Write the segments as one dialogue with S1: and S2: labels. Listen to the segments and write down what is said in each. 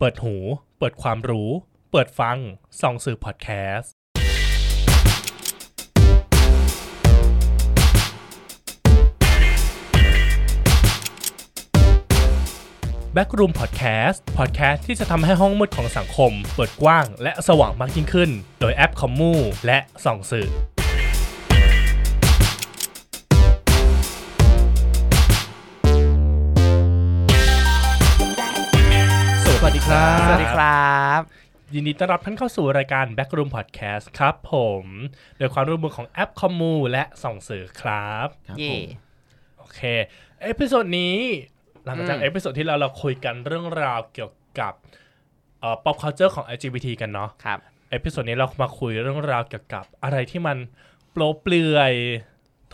S1: เปิดหู เปิดความรู้ เปิดฟัง ส่องสื่อพอดแคสต์ Backroom Podcast พอดแคสต์ที่จะทำให้ห้องมืดของสังคม เปิดกว้างและสว่างมากยิ่งขึ้น โดยแอปคอมมูและส่องสื่อ สวัสดีครับ
S2: สวัสดีครับ
S1: ยินดีต้อนรับท่านเข้าสู่รายการ Backroom Podcast ครับผม โดยความร่วมมือของแอปคอมมูและส่องสื่อครับ
S2: เย่
S1: โอเค เอพิโซดนี้หลังจาก
S2: อืม
S1: เอพิโซดที่แล้วเราคุยกันเรื่องราวเกี่ยวกับเอ่อ pop culture ของ LGBT กันเนาะ
S2: ครับ
S1: เอพิโซดนี้เรามาคุยเรื่องราวเกี่ยวกับอะไรที่มันโปรเปลือย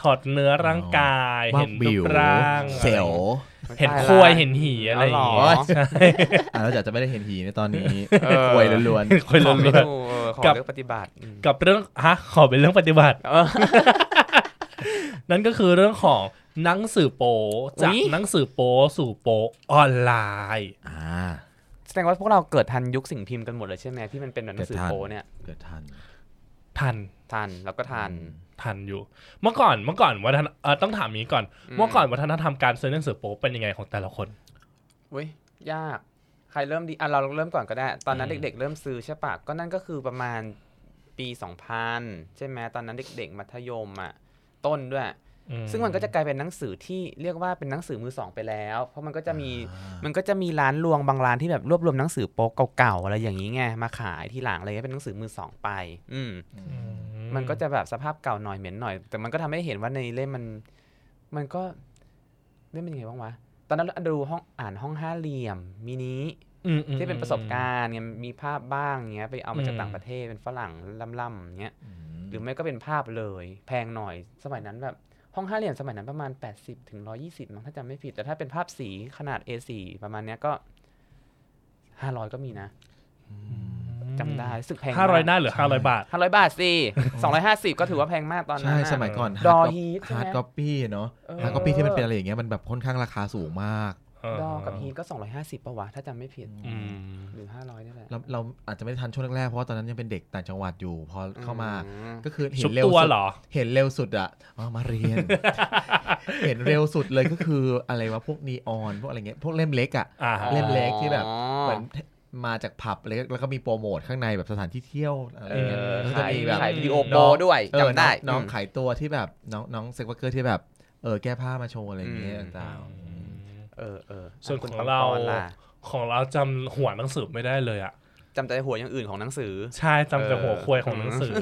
S1: ถอดเนื้อร่างกาย
S3: ว่า
S1: เห็นรู
S3: บิ
S1: ป
S3: ว
S1: ร่าง
S3: เซล
S1: อะไรเห็นควายเห็นหีอะไรอย่าง
S2: อ๋อ
S1: เงี้ย
S2: เหรอ
S1: ใช่
S3: อ่าเราจะจะไม่ได้เห็นหีในตอนนี้
S2: เออ
S3: ควยล้วน
S1: คน
S2: ขอ
S1: ละ
S2: งเม
S1: เรื่อง
S2: นูเออของ
S1: กับ
S2: เลือกปฏิบัติอืม
S1: กับเรื่องฮะขอเป็นเรื่องปฏิบัติ
S2: เออ
S1: นั่นก็คือเรื่องของหนังสือโป
S2: อุ๊ย
S1: จากหนังสือโปสู่โปออนไลน์
S3: ๆอ่า
S2: แสดงว่าพวกเราเกิดทันยุคสิ่งพิมพ์กันหมดเลยใช่ไหมที่มันเป็นแบบหนังสือ
S3: เกิดทัน
S2: โปเนี่ย
S3: เกิดทัน
S1: ทัน
S2: ทันแล้วก็ทัน
S1: ทันอยู่ เมื่อก่อนเมื่อก่อนวัฒนเอ่อต้องถามอย่างนี้ก่อน
S2: อืม
S1: เมื่อก่อนวัฒนธรรมการซื้อหนังสือโป๊เป็นยังไงของแต่ละคน
S2: อุ้ยยาก ใครเริ่มดีอ่ะเราเริ่มก่อนก็ได้ ตอนนั้น
S1: อืม
S2: เด็ก ๆ เริ่มซื้อใช่ปะก็นั่นก็คือประมาณปี 2000 ใช่ไหมตอนนั้นเด็ก ๆ มัธยมอ่ะต้นด้วย
S1: อื
S2: ซึ่งมันก็จะกลายเป็นหนังสือที่เรียกว่าเป็นหนังสือมือสองไปแล้ว เพราะมันก็จะมีมันก็จะมีร้านรวงบางร้านที่แบบรวบรวมหนังสือโป๊กเก่าๆอะไรอย่างนี้ไงมาขายทีหลังอะไรเงี้ยเป็นหนังสือมือสองไป อืม
S1: อื
S2: มันก็จะแบบสภาพเก่าหน่อยเหม็นหน่อย แต่มันก็ทำให้เห็นว่าในเล่มมัน มันก็เล่มเป็นยังไงบ้างวะตอนนั้นดูห้องอ่านห้องห้าเหลี่ยมมินิ
S1: อืมอืม
S2: ที่เป็นประสบการณ์ไงมีภาพบ้างเงี้ยไปเอามาจาก
S1: อืม
S2: ต่างประเทศเป็นฝรั่งล่ำๆเงี้ย หรือไม่ก็เป็นภาพเลย แพงหน่อย สมัยนั้นแบบห้องห้าเหลี่ยมสมัยนั้นประมาณ 80ถึง120มั้งถ้าจำไม่ผิด แต่ถ้าเป็นภาพสีขนาด A4 ประมาณเนี้ยก็ 500 ก็มีนะจำได้รู้สึกแพง
S1: ห้าร้อยหน้าหรือ
S3: ใช่
S1: ห้าร้อยบาท
S2: ห้าร้อยบาทสิ 250 ก็ถือว่าแพงมากตอนนั้
S3: ใช่
S2: น
S3: ส
S2: น่ะ
S3: มัยก่อน
S2: ดอ
S3: hard copy
S2: heat ใช่ไหม
S3: hard copy เนาะ
S2: เออ
S3: hard copy ที่มันเป็นอะไรอย่างเงี้ยมันแบบค่อนข้างราคาสูงมาก
S2: ดอกับฮีทก็ 250ปะวะถ้าจำไม่ผิด
S1: อืม
S2: หรือ 500นี่แหละ
S3: เราเราอาจจะไม่ได้ทันช่วงแรกๆเพราะว่าตอนนั้นยังเป็นเด็กต่างจังหวัดอยู่ พอเข้ามา
S2: อื
S3: ก็คือเห็
S1: ชุบ
S3: นเร็ว
S1: ตัว
S3: สุด
S1: เหรอ
S3: เห็นเร็วสุดอะอ๋อมาเรียน เห็นเร็วสุดเลยก็คืออะไรวะพวกนีออนพวกอะไรเงี้ยพวกเล่มเล็กอะ
S1: อ่า
S3: เล่มเล็กที่แบบ
S2: อ๋
S3: เหมื
S2: อ
S3: อนมาจากผับเลยแล้วก็มีโปรโมทข้างในแบบสถานที่เที่ยวอะไร
S2: เอ
S3: อย่างเงี้ย
S2: อ
S3: แล้ว
S2: ขา
S3: ก็
S2: ย
S3: จะมีแบบ
S2: ขายวิดีโอโป
S3: น้อง
S2: ด้วย
S3: เออ
S2: จำได้
S3: น้องน้อง
S2: อืม
S3: ขายตัวที่แบบน้องน้องเซ็กเวอร์เกอร์ที่แบบเออแก้ผ้ามาโชว์อะไรอย่างเงี้ย
S2: อืม
S3: ต่าง
S2: เออเออ
S1: ส่วน
S2: คุณ
S1: ของเรา
S2: ปอนล่ะ
S1: ของเราจำหัวหนังสือไม่ได้เลยอ่ะ
S2: จำแต่หัวอย่างอื่นของหนังสือ
S1: ใช่จำแต่
S2: เออ
S1: หัวควยของหนังสือ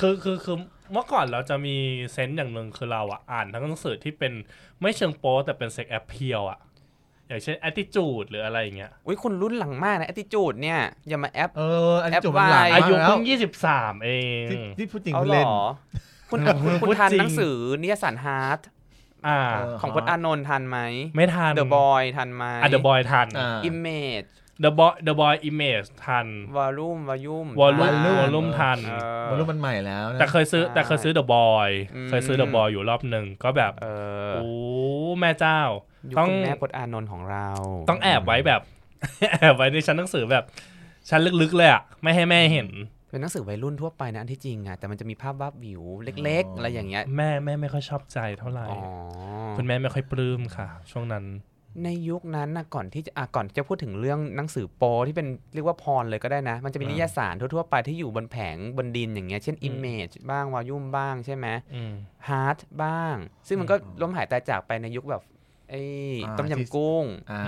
S1: คือคือคือเมื่อก่อนเราจะมีเซนส์อย่างหนึ่งคือเราอ่ะอ่านทั้งหนังสือที่เป็นไม่เชิงโป๊แต่เป็นเซ็กแอปเพียวอ่ะ อย่างเช่น attitude หรืออะไรอย่างเงี้ย
S2: อุ้ยคุณรุ่นหลังมากนะแอติจูดเนี่ยอย่ามาแอป
S3: ๆเอออันนี้
S2: แอป
S3: จบมันหลัง
S2: วาย
S3: มา
S1: อายุ
S3: แล้ว
S1: เพิ่งยี่สิบสามเอง
S3: ที่ที่พูดจริง
S2: เอา
S3: คุณ
S2: เหร
S3: เล่น
S2: อคุณคุณคุณทัน
S1: พูดจริง
S2: หนังสือนิยสารฮาร์ด
S1: อ่า
S3: เออ
S2: ของพจน์อานนท์ทันไหม
S1: ไม่ทัน
S2: เดอะบอยทันไหม
S1: อ่ะ The Boy ทัน
S3: อ่า
S2: อิมเมจ
S1: The Boy The Boy Image ทัน
S2: วอลลุ่มวอลลุ่ม
S1: Volume
S3: Volume
S1: Volume ทัน
S3: มันรู้มันใหม่แล้วนะ
S1: แต่เคยซื้อแต่เคยซื้อ The Boy
S2: อืม
S1: เคยซื้อ The Boy อยู่รอบหนึ่งก็แบบ
S2: เออ
S1: โอ้แม่เจ้า ต้
S2: ต้
S1: อ
S2: อง งแม่พจน์อานนท์ของเรา
S1: ต้องแอบไว้แบบ แอบไว้ในชั้นหนังสือแบบ ชั้นลึกๆเลยอ่ะ ไม่ให้แม่เห็น
S2: เป็นหนังสือวัยรุ่นทั่วไปนะอันที่จริงอะแต่มันจะมีภาพวาบวิวเล็ก ๆ อะไรอย่างเงี้ย
S1: แม่แม่ไม่ค่อยชอบใจเท่าไหร่
S2: อ๋อ
S1: คุณแม่ไม่ค่อยปลื้มค่ะ ช่วงนั้น
S2: ในยุคนั้นนะก่อนที่จะอ่ะก่อนจะพูดถึงเรื่องหนังสือโปที่เป็นเรียกว่าพรเลยก็ได้นะ มันจะเป็น
S1: อ่า
S2: นิยายสารทั่วๆไปที่อยู่บนแผงบนดินอย่างเงี้ยเช่น
S1: อืม
S2: Image บ้างวายุ่มบ้างใช่ไหม
S1: อืม
S2: ฮาร์ดบ้าง ซึ่งมันก็ล้มหายตายจากไปในยุคแบบไอ้
S3: อ่า
S2: ต้มยำกุ้ง
S3: อ่า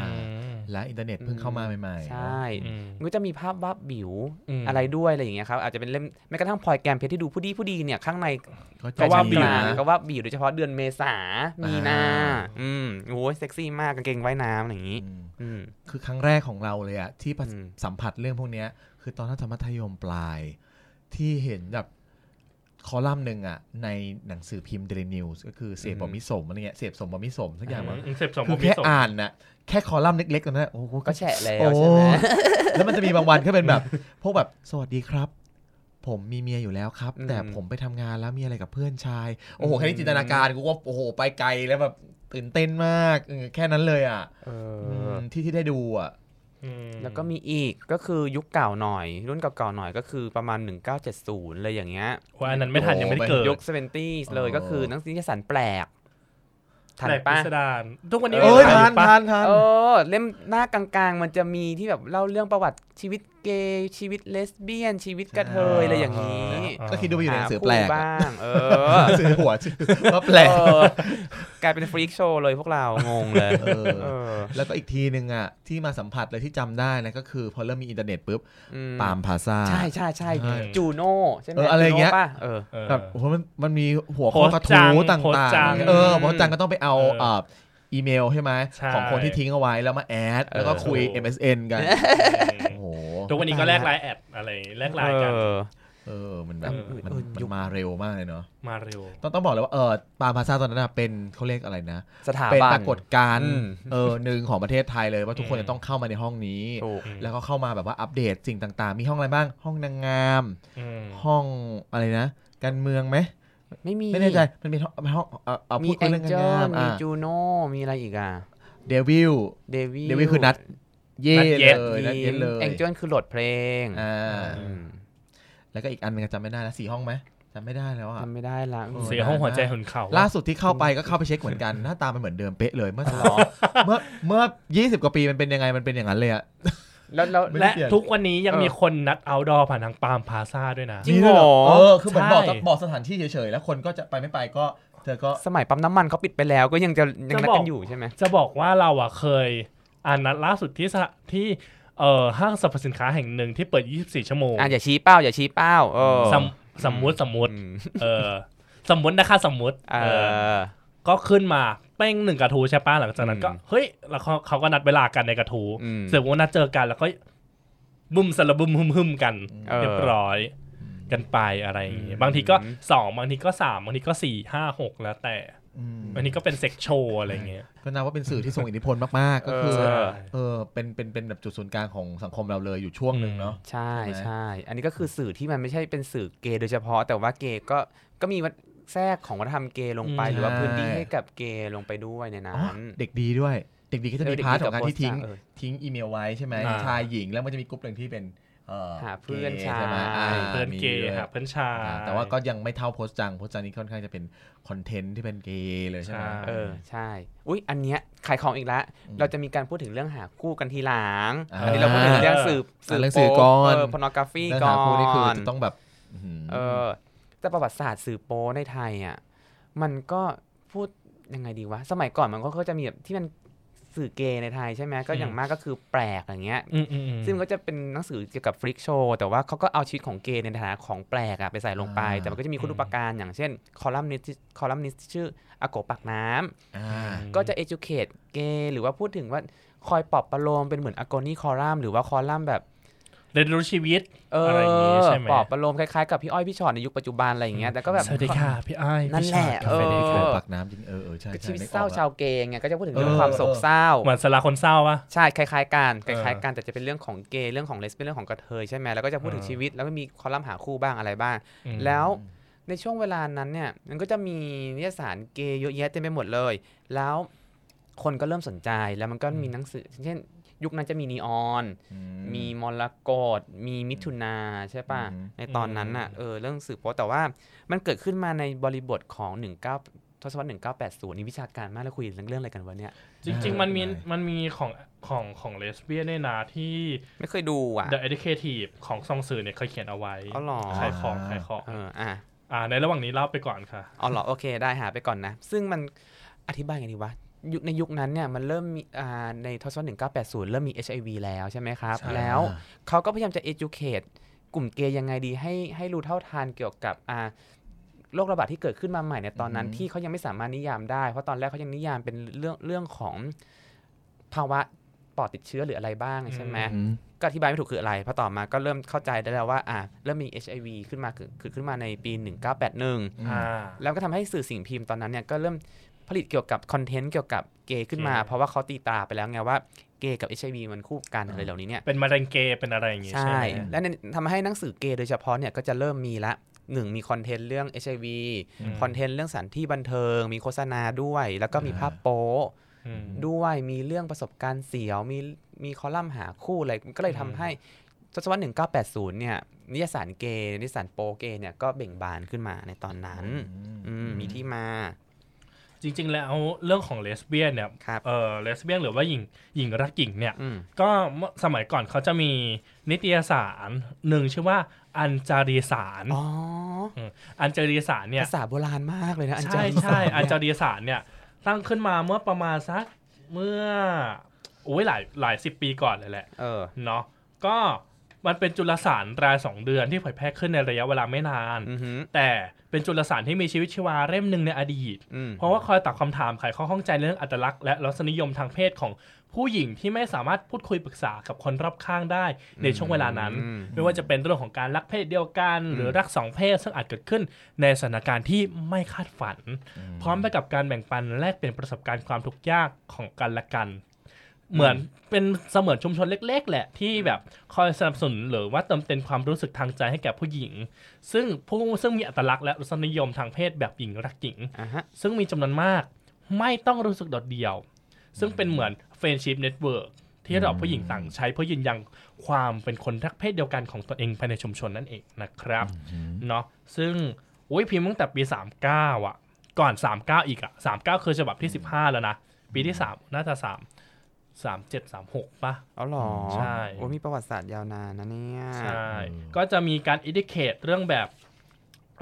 S3: และอินเทอร์เน็ตเพิ่งเข้ามาใหม่ๆ
S2: ใช่
S1: อืม
S2: มันก็จะมีภาพวาบบิว
S1: อืม
S2: อะไรด้วยอะไรอย่างเงี้ยครับอาจจะเป็นเล่มแม้กระทั่งพลอยแกมเพชรที่ดูผู้ดีผู้ดีเนี่ยข้างใน
S1: ก็ว่าบิ
S3: ดี
S1: ว
S2: กลาง
S3: นะ
S2: ก็วาบบิวโดยเฉพาะเดือนเมษามีนา
S3: อ่า
S2: อืมโอ้ยเซ็กซี่มากกางเกงว่ายน้ำอะไรอย่างงี้
S3: อืม
S2: อืม
S3: คือครั้งแรกของเราเลยอะที่ประส
S2: อืม
S3: สัมผัสเรื่องพวกเนี้ย คือตอนน่าจะมัธยมปลาย ที่เห็นแบบคอลัมน์หนึ่งอะในหนังสือพิมพ์เดลินิวส์ก็คือเสพบอมิสมอะไรเงี้ยเสพสมบอมิสมสักอย่างวะ
S1: อืมเสพสม
S3: คื
S1: บู
S3: อ
S1: มิ
S3: แค่
S1: สม
S3: อ่านนะแค่คอลัมน์เล็กๆตอนนั้นโอ้โห
S2: ก็แฉะแล้ว
S3: โอ้
S2: ใช่ไหม
S3: แล้วมันจะมีบางวันก็เป็นแบบ พวกแบบสวัสดีครับ ผมมีเมียอยู่แล้วครับ
S2: อืม
S3: แต่ผมไปทำงานแล้วมีอะไรกับเพื่อนชายโอ้โหแค่นี้จินตนาการกูก็โอ้โหไปไกลแล้วแบบตื่นเต้นมากเออแค่นั้นเลยอะ
S2: เออ
S3: อืมที่ที่ได้ดูอ่ะ
S1: อืม
S2: แล้วก็มีอีกก็คือยุคเก่าหน่อย รุ่นเก่าๆหน่อยก็คือประมาณ 1970เลยอย่างเงี้ย
S1: โอ้ยอันนั้นไม่ทันยังไม่ได้เกิด
S2: ยุค70เลยก็คือหนังสือนิยสารแปลกทัน
S1: แปลก
S2: ปะ
S1: พิสดารทุกวันนี้
S2: เอ้
S3: เอ้ย
S2: ย
S1: ยัง
S3: ทั
S1: อ่าน ปะ
S3: ทันทัน
S2: เออเล่มหน้ากลางๆ มันจะมีที่แบบเล่าเรื่องประวัติชีวิตเกย์ชีวิตเลสเบี้ยน ชีวิตกระเทยอะไรอย่างนี้
S3: ก็คิดดูว่าอยู่ในหนังสือแปล
S2: หาคู่
S3: กอะ
S2: บ้าง เอ
S3: ห
S2: อ
S3: นังสือหัวชื่อว่าแปลก
S2: เออกลายเป็นฟรีคโชว์เลยพวกเรางงเลย
S3: เออ
S2: เออ
S3: แล้วก็อีกทีหนึ่งอ่ะ ที่มาสัมผัสเลยที่จำได้นะก็คือพอเริ่มมีอินเทอร์เน็ตปุ๊บ
S2: อืม
S3: ปาล์มพาซา
S2: ใช่ใช่ใช่
S3: ใช่
S2: จูโน่ใช่ไหม
S3: เอออะไรอย่างเงี้ย
S2: จูโน่ป่ะเออ
S1: เออ
S3: แบบโอ้โหมันมันมีหัวข้อ
S1: โพ
S3: ก
S1: ส
S3: ระ
S1: ต์จั
S3: ทู้
S1: ง
S3: ต
S1: โพสต์
S3: ่า
S1: จั
S3: ง
S1: ง
S3: ๆเออโพสต์จังก็ต้องไปเอา
S1: เออ
S3: เอ่ออีเมลใช่ไหม
S1: ใช่
S3: ของคนที่ทิ้งเอาไว้แล้วมาแอด แล้วก็คุย MSN กัน โอ้โห
S1: ทุกวันนี้ก็แลกไลน์แอดอะไรแลกไลน์กัน
S2: เออ
S3: เออ มันแบบ
S1: เออ
S3: มัน
S2: เออ
S3: มัน
S2: ยุค
S3: มาเร็วมากเลยเนาะ
S1: มาเร็ว
S3: ต้องต้องบอกเลยว่าเออปาล์มพาซาตอนนั้นนะเป็นเขาเรียกอะไรนะ
S2: สถา
S3: เป็น
S2: บัน
S3: ปรากฏการณ์
S2: อืม
S3: เออหนึ่งของประเทศไทยเลยว่าทุกคน
S1: อืม
S3: จะต้องเข้ามาในห้องนี้
S2: ถูก
S3: แล้วก็เข้ามาแบบว่าอัปเดตสิ่งต่างๆ มีห้องอะไรบ้าง ห้องนางงาม
S1: อืม
S3: ห้องอะไรนะ การเมืองไหม
S2: ไม่มี
S3: ไม่แน่ใจ มันเป็นห้องห้องเอาเอา
S2: มี
S3: พูดคุ
S2: แอยง
S3: เรื่องกา
S2: เจ
S3: ร
S2: อง
S3: าม
S2: ร์มี
S3: อ่ะ
S2: จูโน่มีอะไรอีกอ่ะ
S3: เดวิล
S2: เดวิ
S3: เดวิลคือนัดเย่
S1: นัดเย็ด
S3: เลยนัดเย็ดเลย
S2: แองเจิลคือโหลดเพลง
S3: อ่า
S2: อืม
S3: แล้วก็อีกอันนึงจำไม่ได้แล้วสี่ห้องไหมจำไม่ได้แล้วอ่ะ
S2: จำไม่ได้ละ
S3: เอ
S1: เสียห้องหัวใจหนเขา
S3: ล่าสุดที่เข้าไปก็เข้าไปเช็คเหมือนกันหน้าตามันเหมือนเดิมเป๊ะเลยเมื่อสองเมื่อเมื่อยี่สิบกว่าปีมันเป็นยังไงมันเป็นอย่างนั้นเลยอ่ะ
S2: แล้วแล้ว
S3: ไม่ได้
S1: และ
S3: เปลี่ยน
S1: ทุกวันนี้ยัง
S2: เออ
S1: มีคนนัดเอาดอผ่านทางปาล์มพาซาด้วยนะ
S2: จริงเหรอ
S3: เออคือเหมือนบอก
S1: ใช่
S3: บอกสถานที่เฉยๆแล้วคนก็จะไปไม่ไปก็เธอก็
S2: สมัยปั๊มน้ำมันเขาปิดไปแล้วก็ยังจะยังนัด
S1: จะบอก
S2: กันอยู่ใช่ไหม
S1: จะบอกว่าเราอ่ะเคยอ่านนัดล่าสุดที่สะที่เอ่อห้างสรรพสินค้าแห่งหนึ่งที่เปิด 24 ชั่วโมง
S2: อ่ะอย่าชี้เป้าอย่าชี้เป้าเออ
S1: สมสมมุติสมมุติ
S2: อืม
S1: เออสมมุตินะคะสมมุติ
S2: เอ
S1: เออ
S2: อ
S1: ก็ขึ้นมาเป้งหนึ่งกระทูใช่ป้ะหลังจากนั้นก็
S2: อืม
S1: เฮ้ยแล้วเขาเขาก็นัดเวลากันในกระทู
S2: อืม
S1: เสร็จว่านัดเจอกันแล้วก็บุ้มสลับบุ้มหึมหึมกัน
S2: เออ
S1: เรียบร้อยกันไปอะไรอย่างเงี้
S2: อื
S1: ย
S2: ม
S1: บางทีก็สองบางทีก็สามบางทีก็สี่ห้าหกแล้วแต่
S3: อืม
S1: บางทีก็เป็นเซ็กโชว์อะไรอย่างเงี้ย
S3: ก็นับว่าเป็นสื่อที่ทรงอิทธิพลมากๆ ก็คือ
S2: เออ
S3: เออเป็นเป็นเป็นแบบจุดศูนย์กลางของสังคมเราเลยอยู่ช่วงหนึ่งเนาะ
S2: ใช่
S3: ใช่ไหม
S2: ใช่ อันนี้ก็คือสื่อที่มันไม่ใช่เป็นสื่อเกย์โดยเฉพาะ แต่ว่าเกย์ก็ก็มีวัฒแทรกของวัฒนธรรมเกย์ลงไป
S1: อืม
S2: หรือว่าพื้นที่ให้กับเกย์ลงไปด้วยใน
S3: อ๋อ
S2: นั้น
S3: เด็กดีด้วย เด็กดีก็จะมี
S2: เเด็
S3: พาร์ท
S2: ดี
S3: ข
S2: กั
S3: องการ
S2: โปส
S3: ที่ทิ้ง
S2: เออ
S3: ทิ้งอีเมลไว้ใช่ไหม
S1: อ่า
S3: ชายหญิงแล้วมันจะมีกลุ่มหนึ่งที่เป็นเอ่อ
S2: หาเพื่อน
S3: กย์ใช่ไหม
S2: ชาย
S3: อ่า
S1: เพื่อนเกย์
S3: มีด้วย
S1: ค่ะเพื่อนชา
S3: อ่าย แต่ว่าก็ยังไม่เท่าโพสต์จังโพสต์จังนี่ค่อนข้างจะเป็นคอนเทนต์ที่เป็นเกย์เลยใช่ไหม
S1: ใช่
S2: เออใช่ อุ้ยอันเนี้ยขายของอีกแล้วเราจะมีการพูดถึงเรื่องหาคู่กันทีหลัง
S3: า
S2: อันนี้เราพูดถึงเรื่องสืบ
S3: อ่าเรื่องสื่อก่อน
S2: พอนอกราฟี
S3: เรื่อง
S2: ก่อ
S3: หาน คู่นี่คือจะต้องแบบอื้อหือ
S2: เออแต่ประวัติศาสตร์สื่อโปในไทยอ่ะมันก็พูดยังไงดีวะสมัยก่อนมันก็จะมีแบบที่มันสื่อเกย์ในไทยใช่ไหมก็อย่างมากก็คือแปลกอย่างเงี้ย
S1: อืมอืมอืม
S2: ซึ่งมันก็จะเป็นหนังสือเกี่ยวกับฟลิกโชว์แต่ว่าเขาก็เอาชีวิตของเกย์ในฐานะของแปลกอะไปใส่ลงไป
S3: อ่า
S2: แต่มันก็จะมีคุณ
S1: อืม
S2: อุปการอย่างเช่น คอลัมนิสต์คอลัมนิสต์ชื่ออโกะปากน้ำ
S3: อ่า
S2: ก็จะ educate เกย์หรือว่าพูดถึงว่าคอยปลอบประโลมเป็นเหมือน agony column หรือว่า column แบบ
S1: เรียนรู้ชีวิต
S2: เออ
S1: อะไรอย่างงี้ใช่ไหม
S2: ปลอบประโลมคล้ายๆกับพี่อ้อยพี่ชอตในยุคปัจจุบันอะไรอย่างเงี้ยแต่ก็แบบ
S1: สวัสดีค่ะพี่ไอ้าย
S2: นั่น
S1: พี่ชา
S2: แห
S1: ย
S2: ละ
S3: กาแฟใน
S2: เออ
S3: ขวดปักน้ำจริงเออเออใช่
S2: ก็
S3: ใช่
S2: ชีวิต
S3: นึก
S2: เศร้า
S3: ออกละ
S2: ชาวเกย์ไงก็จะพูดถึง
S3: เออ
S2: เรื่องความโศกเศร้า
S1: เหมือนสลาคนเศร้าปะ
S2: ใช่คล้ายๆกันค
S1: เออ
S2: ล้ายๆกันแต่จะเป็นเรื่องของเกย์เรื่องของเลสเป็นเรื่องของกระเทยใช่ไหมแล้วก็จะพูดถึง
S1: เออ
S2: ชีวิตแล้วก็มีคอลัมน์หาคู่บ้างอะไรบ้าง
S1: อืม
S2: แล้วในช่วงเวลานั้นเนี่ยมันก็จะมีนิตยสารเกย์เยอะแยะเต็มไปหมดเลย แล้วคนก็เริ่มสนใจแล้วมันก็มีหนังสือ เช่น ยุคนั้นจะมีนีออน
S3: อื
S2: มีมรกตมีมิถุนาใช่ป่ะ
S3: อืม
S2: ในตอนนั้นน่ะเออเรื่องสื่อโป๊แต่ว่ามันเกิดขึ้นมาในบริบทของ 19ทศวรรษ1980 นี่วิชาการมากแล้วคุยเรื่องอะไรกันวะเนี่ย
S1: จริงๆ
S3: อ่ามั
S1: มันมี
S3: ได้
S1: มันมีของของของเลสเบี้ยนในยนาที่
S2: ไม่เคยดูอ่ะ
S1: The Educative ของซองสื่อเนี่ยเคยเขียนเอาไว้
S2: อ๋อเหรอ
S1: ขายของขายของ
S2: เอออ่ะ
S1: อ่าในระหว่างนี้เล่าไปก่อนค่ะ
S2: อ๋อเหรอโอเคได้หาไปก่อนนะ ซึ่งมันอธิบายไงดีวะยุคในยุคนั้นเนี่ยมันเริ่มมีอ่าในทศวรรษ1980 เริ่มมี HIV แล้วใช่ไหมครับ
S3: ใช่
S2: แล้วเขาก็พยายามจะ educate กลุ่มเกย์ยังไงดีให้ให้รู้เท่าทานเกี่ยวกับอ่าโรคระบาดที่เกิดขึ้นมาใหม่ในตอนนั้น
S3: อือหือ
S2: ที่เขายังไม่สามารถนิยามได้ เพราะตอนแรกเขายังนิยามเป็นเรื่องเรื่องของภาวะปอดติดเชื้อหรืออะไรบ้างใช่ไหม
S3: อืม
S2: ก็อธิบายไม่ถูกคืออะไรเพอต่อมาก็เริ่มเข้าใจได้แล้วว่าอ่าเริ่มมี HIV ขึ้นมาคือคือขึ้นมาในปี 1981
S3: อืม
S1: อ่า
S2: แล้วก็ทำให้สื่อสิ่งพิมพ์ตอนนั้นเนี่ยก็เริ่มผลิตเกี่ยวกับคอนเทนต์เกี่ยวกับเกย์ขึ้นมา
S1: เกย์
S2: เพราะว่าเขาตีตราไปแล้วไงว่าเกย์กับ HIV มันคู่กันอะไรเหล่านี้เนี่ย
S1: เป็นมะเร็งเกย์เป็นอะไรอย่างงี้ใช่
S2: ใช่
S1: ไหม
S2: และในทำให้หนังสือเกย์โดยเฉพาะเนี่ยก็จะเริ่มมีละหนึ่งมีคอนเทนต์เรื่อง HIV
S1: ม
S2: คอนเทนต์เรื่องสถานที่บันเทิง มีโฆษณาด้วย แล้วก็มีภาพโป๊
S1: อืม
S2: ด้วยมีเรื่องประสบการณ์เสียวมีมีคอลัมน์หาคู่อะไรก็เลย
S1: อืม
S2: ทำให้ทศวรรษ1980 เนี่ย นิยสารเกย์นิยสารโปเกย์เนี่ยก็เบ่งบานขึ้นมาในตอนนั้นอืมมีที่มา
S1: จริง ๆ แล้วเรื่องของเลสเบี้ยนเนี่ย
S2: ครับ
S1: เออเลสเบี้ยนหรือว่าหญิงหญิงรักหญิงเนี่ย
S2: อืม
S1: ก็เมื่อสมัยก่อนเขาจะมีนิตยสารหนึ่งชื่อว่าอันจารีสาร
S2: อ๋อ
S1: อันจารีสารเนี่ย
S2: ภาษาโบราณมากเลยนะอันเจา
S1: ใช่
S2: รี
S1: ใช่
S2: สาร
S1: อันจา
S2: เนี่ย
S1: รีสารเนี่ยตั้งขึ้นมาเมื่อประมาณสักเมื่อโอ้ยหลายหลายสิบปีก่อนเลยแหละ
S2: เออ
S1: เนาะก็มันเป็นจุลสารรายสองเดือนที่เผยแพร่ขึ้นในระยะเวลาไม่นาน
S2: อือหือ
S1: แต่เป็นจุลสารที่มีชีวิตชีวาเล่มหนึ่งในอดีต
S2: อืม
S1: เพราะว่าคอยตอบคำถามไขข้อข้องใจเรื่องอัตลักษณ์และรสนิยมทางเพศของผู้หญิงที่ไม่สามารถพูดคุยปรึกษากับคนรอบข้างได้ในช่วงเวลานั้น
S2: อืม
S1: ไม่ว่าจะเป็นเรื่องของการรักเพศเดียวกัน
S2: อืม
S1: หรือรักสองเพศซึ่งอาจเกิดขึ้นในสถานการณ์ที่ไม่คาดฝัน พร้อมไปกับการแบ่งปันแลกเปลี่ยนประสบการณ์ความทุกข์ยากของกันและกัน เหมือนเป็นเสมือนชุมชนเล็ก ๆ แหละที่แบบคอยสนับสนุนหรือว่าเติมเต็มความรู้สึกทางใจให้แก่ผู้หญิง ซึ่งผู้ซึ่งมีอัตลักษณ์และรสนิยมทางเพศแบบหญิงรักหญิง
S2: อ่ะฮะ
S1: ซึ่งมีจำนวนมาก ไม่ต้องรู้สึกโดดเดี่ยว ซึ่งเป็นเหมือน Friendship Network ที่เราผู้หญิงต่างใช้เพื่อยืนยันความเป็นคนรักเพศเดียวกันของตัวเองภายในชุมชนนั่นเองนะครับเนาะซึ่งอุ้ยพิมพ์ตั้งแต่ปี 39 อ่ะ ก่อน 39 อีกอ่ะ 39 คือฉบับที่ 15 แล้วนะ ปีที่ 3 น่าจะ 3 37 36ป่ะ
S2: เอาหรอ
S1: ใช่
S2: โอ้มีประวัติศาสตร์ยาวนานนะเนี่ย
S1: ใช่ ก็จะมีการอินดิเคตเรื่องแบบ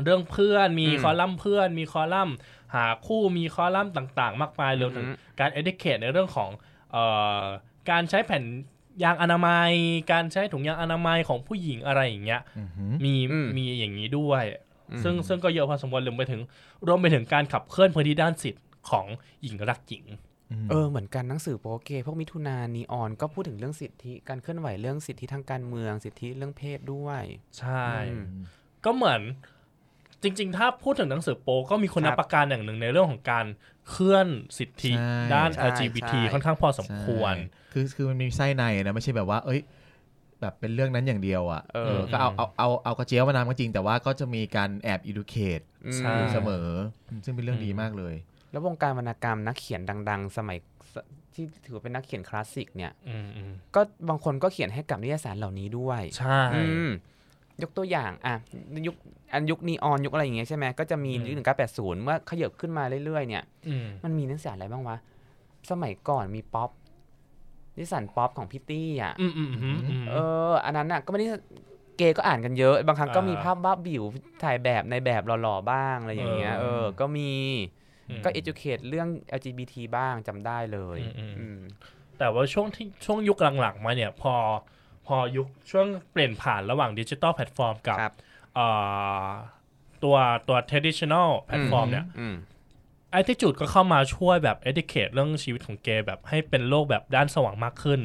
S1: เรื่องเพื่อน มีคอลัมน์เพื่อน มีคอลัมน์ หาคู่มีคอลัมน์ต่าง ๆ มากมายเรื่องการอินดิเคตในเรื่องของเอ่อการใช้แผ่นยางอนามัย การใช้ถุงยางอนามัยของผู้หญิงอะไรอย่างเงี้ยมีมีอย่างนี้ด้วย ซึ่งซึ่งก็เยอะพอสมควรรวมไปถึงรวมไปถึงการขับเคลื่อนพื้นที่ด้านสิทธิ์ของหญิงรักหญิง
S2: เออเหมือนกันหนังสือโปเกย์พวกมิถุนานีออนก็พูดถึงเรื่องสิทธิการเคลื่อนไหวเรื่องสิทธิทางการเมืองสิทธิเรื่องเพศด้วย
S1: ใช่
S2: อืม
S1: ก็เหมือนจริง ๆ ถ้าพูดถึงหนังสือโปก็มีคุณ
S2: ครับ
S1: ประการอย่างหนึ่งในเรื่องของการเคลื่อนสิทธิ
S3: ใช่
S1: ด้าน
S2: ใช่
S1: LGBT
S2: ใช่
S1: ค่อนข้างพอสมควร
S3: คือคือมันมีไส้ในนะไม่ใช่แบบว่า เอ้ย แบบเป็นเรื่องนั้นอย่างเดียวอ่ะ
S2: เออ
S3: เออก็เอาเอาเอาเอากระเจียวมานำก็จริง แต่ว่าก็จะมีการแอบ educate
S2: อืม
S1: ใช่
S3: อยู่เสมอ ซึ่งเป็นเรื่องดีมากเลย
S2: แล้ววงการวรรณกรรมนักเขียนดัง ๆ สมัยสที่ถือว่าเป็นนักเขียนคลาสสิกเนี่ย
S1: อืมอืม
S2: ก็บางคนก็เขียนให้กับนิยสารเหล่านี้ด้วย
S1: ใช่
S2: อืมยกตัวอย่างอ่ะยุคอันยุคนีออนยุคอะไรอย่างเงี้ยใช่ไหมก็จะมียุคหนึ่งเก้าแปดศูนย์เมื่อขยับขึ้นมาเรื่อยๆเนี่ย
S1: อืม
S2: มันมีนิยสารอะไรบ้างวะ สมัยก่อนมีป๊อปนิยสารป๊อปของพี่ตี้อ่ะ
S1: อืมอืมอืมอืม
S2: เออ อันนั้นน่ะก็ไม่ได้เกย์ก็อ่านกันเยอะ บางครั้งก็
S1: อ่ามี
S2: มีภาพวาดบิวถ่ายแบบในแบบหล่อๆบ้างอะไรอย่างเงี้ย
S1: เอ
S2: เอ
S1: อ
S2: อ ก็มี
S1: ม
S2: ก็ educate เรื่อง LGBT บ้างจำได้เลย
S1: อืมอืม
S2: อืม
S1: แต่ว่าช่วงที่ช่วงยุคหลังๆมาเนี่ยพอพอยุคช่วงเปลี่ยนผ่านระหว่างดิจิ t a ลแพลตฟอร์มกับ
S2: ครับ
S1: เอ่อตัวตัว traditional แพลตฟอร์มเนี่ย
S2: อืม
S1: ไอทิจูดก็เข้ามาช่วยแบบเอ u ิเค e เรื่องชีวิตของเกย์แบบให้เป็นโลกแบบด้านสว่างมากขึ้น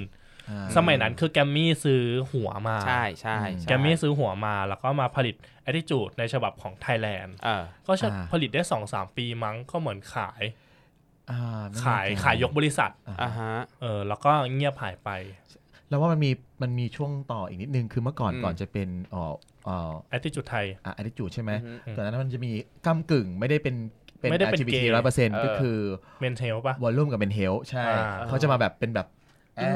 S3: อ่า
S1: สมัยนั้นคือแกรมมี่ซื้อหัวมา
S2: ใช่ใช่ใช่
S1: แกรมมี่ซื้อหัวมาแล้วก็มาผลิตเอ t ิจูดในฉบับของไทยแลนด์
S2: เออ
S1: ก็จะ
S3: อ่า
S1: ผลิตได้2อสามปีมั้งก็เหมือนขาย
S3: อ่ไม่
S1: ขาย
S3: แน่ใจ
S1: ขายยกบริษัท
S2: อ่าฮะ
S1: เออแล้วก็เงียบหายไป
S3: แล้วว่ามันมีมันมีช่วงต่ออีกนิดนึงคือเมื่อก่อน
S2: อืม
S3: ก่อนจะเป็นอ๋ออ๋อ
S1: a อ t i จูดไทย
S3: อ่ะ attitude ใช่ไหม
S2: อือฮึ
S3: ก่อนหนานั้นมันจะมีก้ากึ่งไม่ได้เป็นเป็น
S1: ไม่ได้เป็น
S3: LGBT
S1: เกย์
S3: ร้อยเปอร์เซ็นต์
S2: เออ
S3: ก็คือ
S1: เมนเทลปะ
S3: วอลลุ่มกับเป็นเฮลใช่
S1: อ่า
S3: เขาจะมาแบบเป็นแบบ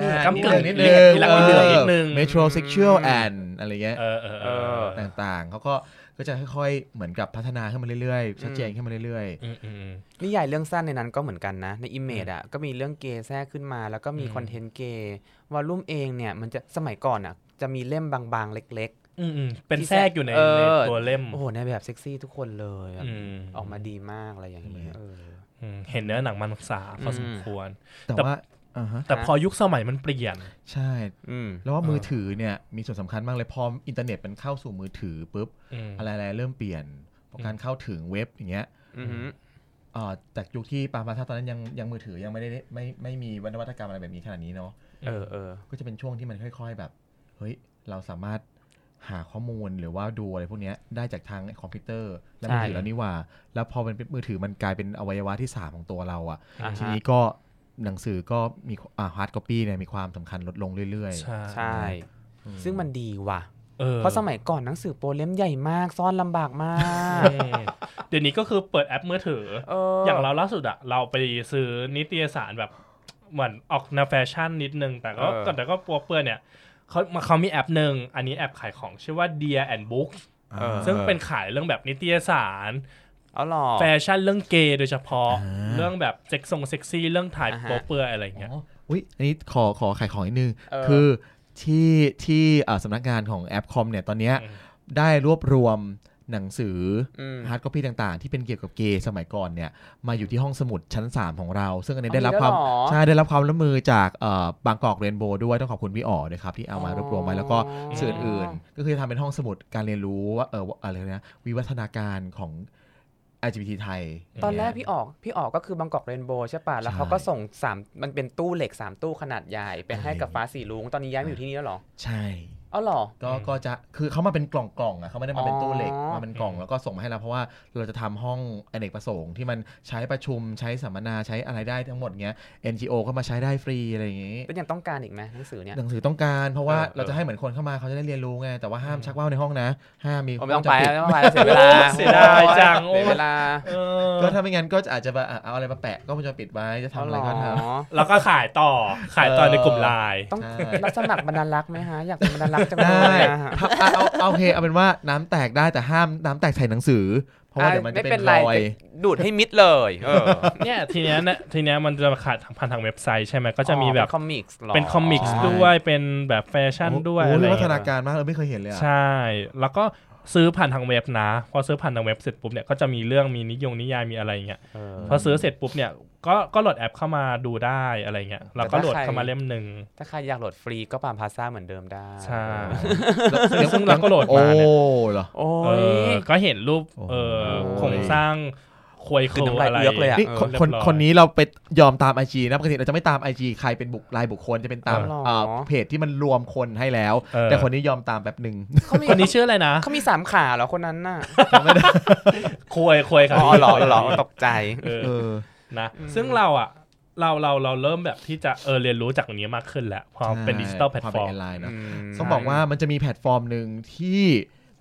S2: นิดๆ
S3: อ่า
S1: ก้ำกึ่ง
S3: นิดนึง
S1: นิดๆนิดๆนิดนึง
S3: เมโทรเซ็กชวลแอนอะไรเงี้ย
S1: เออเออเออ
S3: ต่างๆเขาก็ก็จะค่อยๆ เหมือนกับพัฒนาขึ้นมาเรื่อยๆ ชัดเจนขึ้นมาเรื่อย
S1: อืมอืมอืม
S2: นิยายเรื่องสั้นในนั้นก็เหมือนกันนะ ในอิมเมจอ่ะก็มีเรื่องเกย์แทรกขึ้นมา แล้วก็มี
S1: อืม
S2: คอนเทนต์เกย์วอลลุ่มเองเนี่ย มันจะสมัยก่อนอ่ะ จะมีเล่มบางๆ เล็ก
S1: อืมอืมเป็นแทรกอยู่ใน
S2: เออ
S1: ในตัวเล่ม
S2: ๆ โอ้โหในแบบเซ็กซี่ทุกคนเลยแบบ
S1: อืม
S2: ออกมาดีมากอะไรอย่างเงี้ยเออ
S1: อืมเห็นเนื้อหนังมันษาพอสมควร
S3: ๆ แต่
S1: แต่
S3: ว่าอ่าฮะ
S1: แต่พอยุคสมัยมันเปลี่ยน
S3: ใช่
S2: อืม
S3: แล้วว่า
S1: เออ
S3: มือถือเนี่ยมีส่วนสำคัญมากเลยพออินเทอร์เน็ตมันเข้าสู่มือถือปุ๊บ
S1: อืม
S3: อะไรๆเริ่มเปลี่ยนเพราะการเข้าถึงเว็บอย่างเงี้ย
S2: อือหือ
S3: เอ่อจากยุคที่ปามาถ้าตอนนั้นยังยังมือถือยังไม่ได้ไม่ไม่มีวัฒนวัตกรรมอะไรแบบนี้ขนาดนี้เนาะ
S2: เออเออ
S3: ก็จะเป็นช่วงที่มันค่อย ๆ แบบ เฮ้ย เราสามารถหาข้อมูลหรือว่าดูอะไรพวกเนี้ยได้จากทางคอมพิวเตอร์และมือถือ
S2: ใช่
S3: แล้วนี่หว่า แล้วพอมันเป็นมือถือมันกลายเป็นอวัยวะที่สามของตัวเราอะ
S2: อ่า
S3: ่ะที
S2: ฮะ
S3: นี้ก็หนังสือก็มีอ่าฮาร์ดคอปี้เนี่ยมีความสำคัญลดลงเรื่อย
S1: ใช่
S2: ใช่ ซึ่งมันดีว่ะ
S1: เออ
S2: เพราะสมัยก่อนหนังสือโปรเล่มใหญ่มากซ่อนลำบากมาก
S1: เออเดี๋ยวนี้ก็คือเปิดแอปมือถือ
S2: เอ
S1: อย่างเราล่าสุดอะเราไปซื้อนิตยสารแบบ เหมือนออกแนวแฟชั่นนิดนึง แต่ก็
S2: เออ
S1: แต่ก็ปัวเปื้อนเนี่ยเขามาเขามีแอปหนึ่งอันนี้แอปขายของชื่อว่า Dear and Book
S2: เออ
S1: ซึ่งเป็นขายเรื่องแบบนิตยสาร
S2: เอาหรอ
S1: แฟชั่นเรื่องเกย์โดยเฉพาะ
S3: อ่า
S1: เรื่องแบบเซ็กซ์ทรงเซ็กซี่เรื่องถ่าย
S2: อ่าฮะ
S1: โป๊เปลือยอะไรเงี้ย
S3: อ๋ออุ้ยอันนี้ขอขอขายของนิดนึง
S2: เออ
S3: คือที่ที่อ่าสำนักงานของแอปคอมเนี่ยตอนเนี้ย
S1: อืม
S3: ได้รวบรวมหนังสือ
S2: อืม
S3: ฮาร์ดคอปี้ต่างๆ ที่เป็นเกี่ยวกับเกย์สมัยก่อนเนี่ยมาอยู่ที่ห้องสมุดชั้น 3 ของเรา ซึ่งอันนี้
S2: เอา
S3: ได้รับ
S2: มีแล้ว
S3: คาว ม
S2: เหรอ
S3: ใช่ได้รับความร่วมมือจากเอ่อบางกอกเรนโบว์ด้วยต้องขอบคุณพี่อ๋อด้วยครับที่เอามารวบรวมไว้แล้วก็
S2: อ๋อ
S3: สื่ออื่นๆก็คือทำเป็นห้องสมุดการเรียนรู้ว่าเออว่าอะไรนะวิวัฒนาการของ LGBT ไทย
S2: ตอนแรกพี่ออกพี่ออกก็คือบางกอกเรนโบว์ใช่ป่ะ แล้วเขาก็ส่งสามมันเป็นตู้เหล็กสามตู้ขนาดใหญ่ไปให้กับฟ้าสีลุงตอนนี้ย้ายมาอยู่ที่นี่แล้วเหรอ
S3: ใช่
S2: เอาเหรอ
S3: ก็
S1: อืม
S3: ก็จะคือเขามาเป็นกล่องกล่องๆอ่ะเขาไม่ได้มาเป็นตู้เหล็ก
S2: อ๋อ
S3: มาเป็นกล่องแล้วก็ส่งมาให้เราเพราะว่าเราจะทำห้องอเนกประสงค์ที่มันใช้ประชุมใช้สัมมนาใช้อะไรได้ทั้งหมดเงี้ย NGO ก็มาใช้ได้ฟรีอะไรอย่างงี้
S2: เป็นยังต้องการอีกไหมหนังสือเนี่ย
S3: หนังสือต้องการเพราะว่า
S1: เออเออ
S3: เราจะให้เหมือนคนเข้ามาเขาจะได้เรียนรู้ไงแต่ว่าห้ามชักว่าวในห้องนะ ห้ามมี
S2: ผมไม่ต้อง
S3: วงจ
S2: ไป
S3: รปิด
S2: ไม่ต้องไปเสียเวลา
S1: เสียดายจังโอ้
S2: เสียเวลา
S1: เออ
S3: ก็ถ้าไม่งั้นก็จะอาจจะแบบอ่ะเอาอะไรมาแปะก็มันจะปิดไว้จะทำอะไรก็ท
S2: เาเหรอ
S1: แล้วก็ขายต่อขายต่อ
S3: เออ
S1: ในกลุ่มไลน์
S2: ต้อง
S3: ใช่
S2: รับสมัครบรรณารักษ์ไหมฮะ อยากเป็นบรรณารักษ์จัง
S3: ำ
S2: เล
S3: ได้
S2: ยอะฮะ
S3: ถ้าอ่ะเอาเอาโอเคเอาเป็นว่าน้ำแตกได้แต่ห้ามน้ำแตกใส่หนังสือ เพราะว่าเดี๋ยวมันจะ
S2: ไม่
S3: เป็น
S2: ไร
S3: รอย
S2: ดูดให้มิดเลยเออ
S1: เนี่ยทีเนี้ยเนี่ยทีเนี้ยมันจะมาขายผ่านทางเว็บไซต์ใช่ไหมก็จะมีแบบ
S2: คอมิกส์หรอ
S1: เป็นคอมิก
S3: ใช่
S1: ส์ด้วยเป็นแบบแฟชั่นด้วย
S3: โอ้
S1: อะ
S3: โห
S1: ไร
S3: วิ
S1: เงี้ย
S3: วัฒนาการมากเลยไม่เคยเห็นเลยอะ
S1: ใช่แล้วก็ซื้อผ่านทางเว็บนะ พอซื้อผ่านทางเว็บเสร็จปุ๊บเนี่ยก็จะมีเรื่องมีนิยงนิยายมีอะไรเงี้ย
S2: เออ
S1: พอซื้อเสร็จปุ๊บเนี่ยก็ก็โหลดแอปเข้ามาดูได้อะไรเงี้ยเราก็โหลดเข้ามาเล่มหนึ่ง
S2: ถ้าใครอยากโหลดฟรีก็ปามพาซ่าเหมือนเดิมได้
S1: ใช่
S3: ดี๋ยว
S1: ซึ่งเราก็โหลดมาเนี่ย
S3: โอ้เหรอ
S2: โอ้
S1: เอย อก็เห็นรูปเออ
S3: โอ้ย
S1: โครงสร้างควย
S2: คือ
S1: คู
S2: น้ำลาย
S1: อะไร
S2: เอือกเลยอะ
S3: นี่
S1: เออ
S3: คน
S1: เรีย
S3: คน
S1: บร้อย
S3: คนนี้เราไปยอมตามไอจีนะปกติเราจะไม่ตามไอจีใครเป็นบุคลายบุคคลจะเป็นตาม
S2: อ๋อเหรอ
S3: เอ่อเพจที่มันรวมคนให้แล้ว
S1: เออ
S3: แต่คนนี้ยอมตามแป๊บหนึ่ง
S2: เขามี
S1: คนนี้ชื่ออะไรนะ
S2: เขามีสามขาเหรอคนนั้นน่ะ
S1: ควยควยครับ
S2: อ๋อเหรอเหรอตกใจ
S1: เออ
S3: เออ
S1: นะซึ่งเราอ่ะเราเราเราเริ่มแบบที่จะเออเรียนรู้จากตรงนี้มากขึ้นแหละพอเป็น
S3: ใช่
S1: ดิจิตอลแพลต
S3: ความ
S1: ฟ
S3: เป็
S1: อน ร์
S3: อ
S1: ม
S3: อนไลน์เนอะ
S2: อืม
S3: ต้องบอกว่ามันจะมีแพลตฟอร์มหนึ่งที่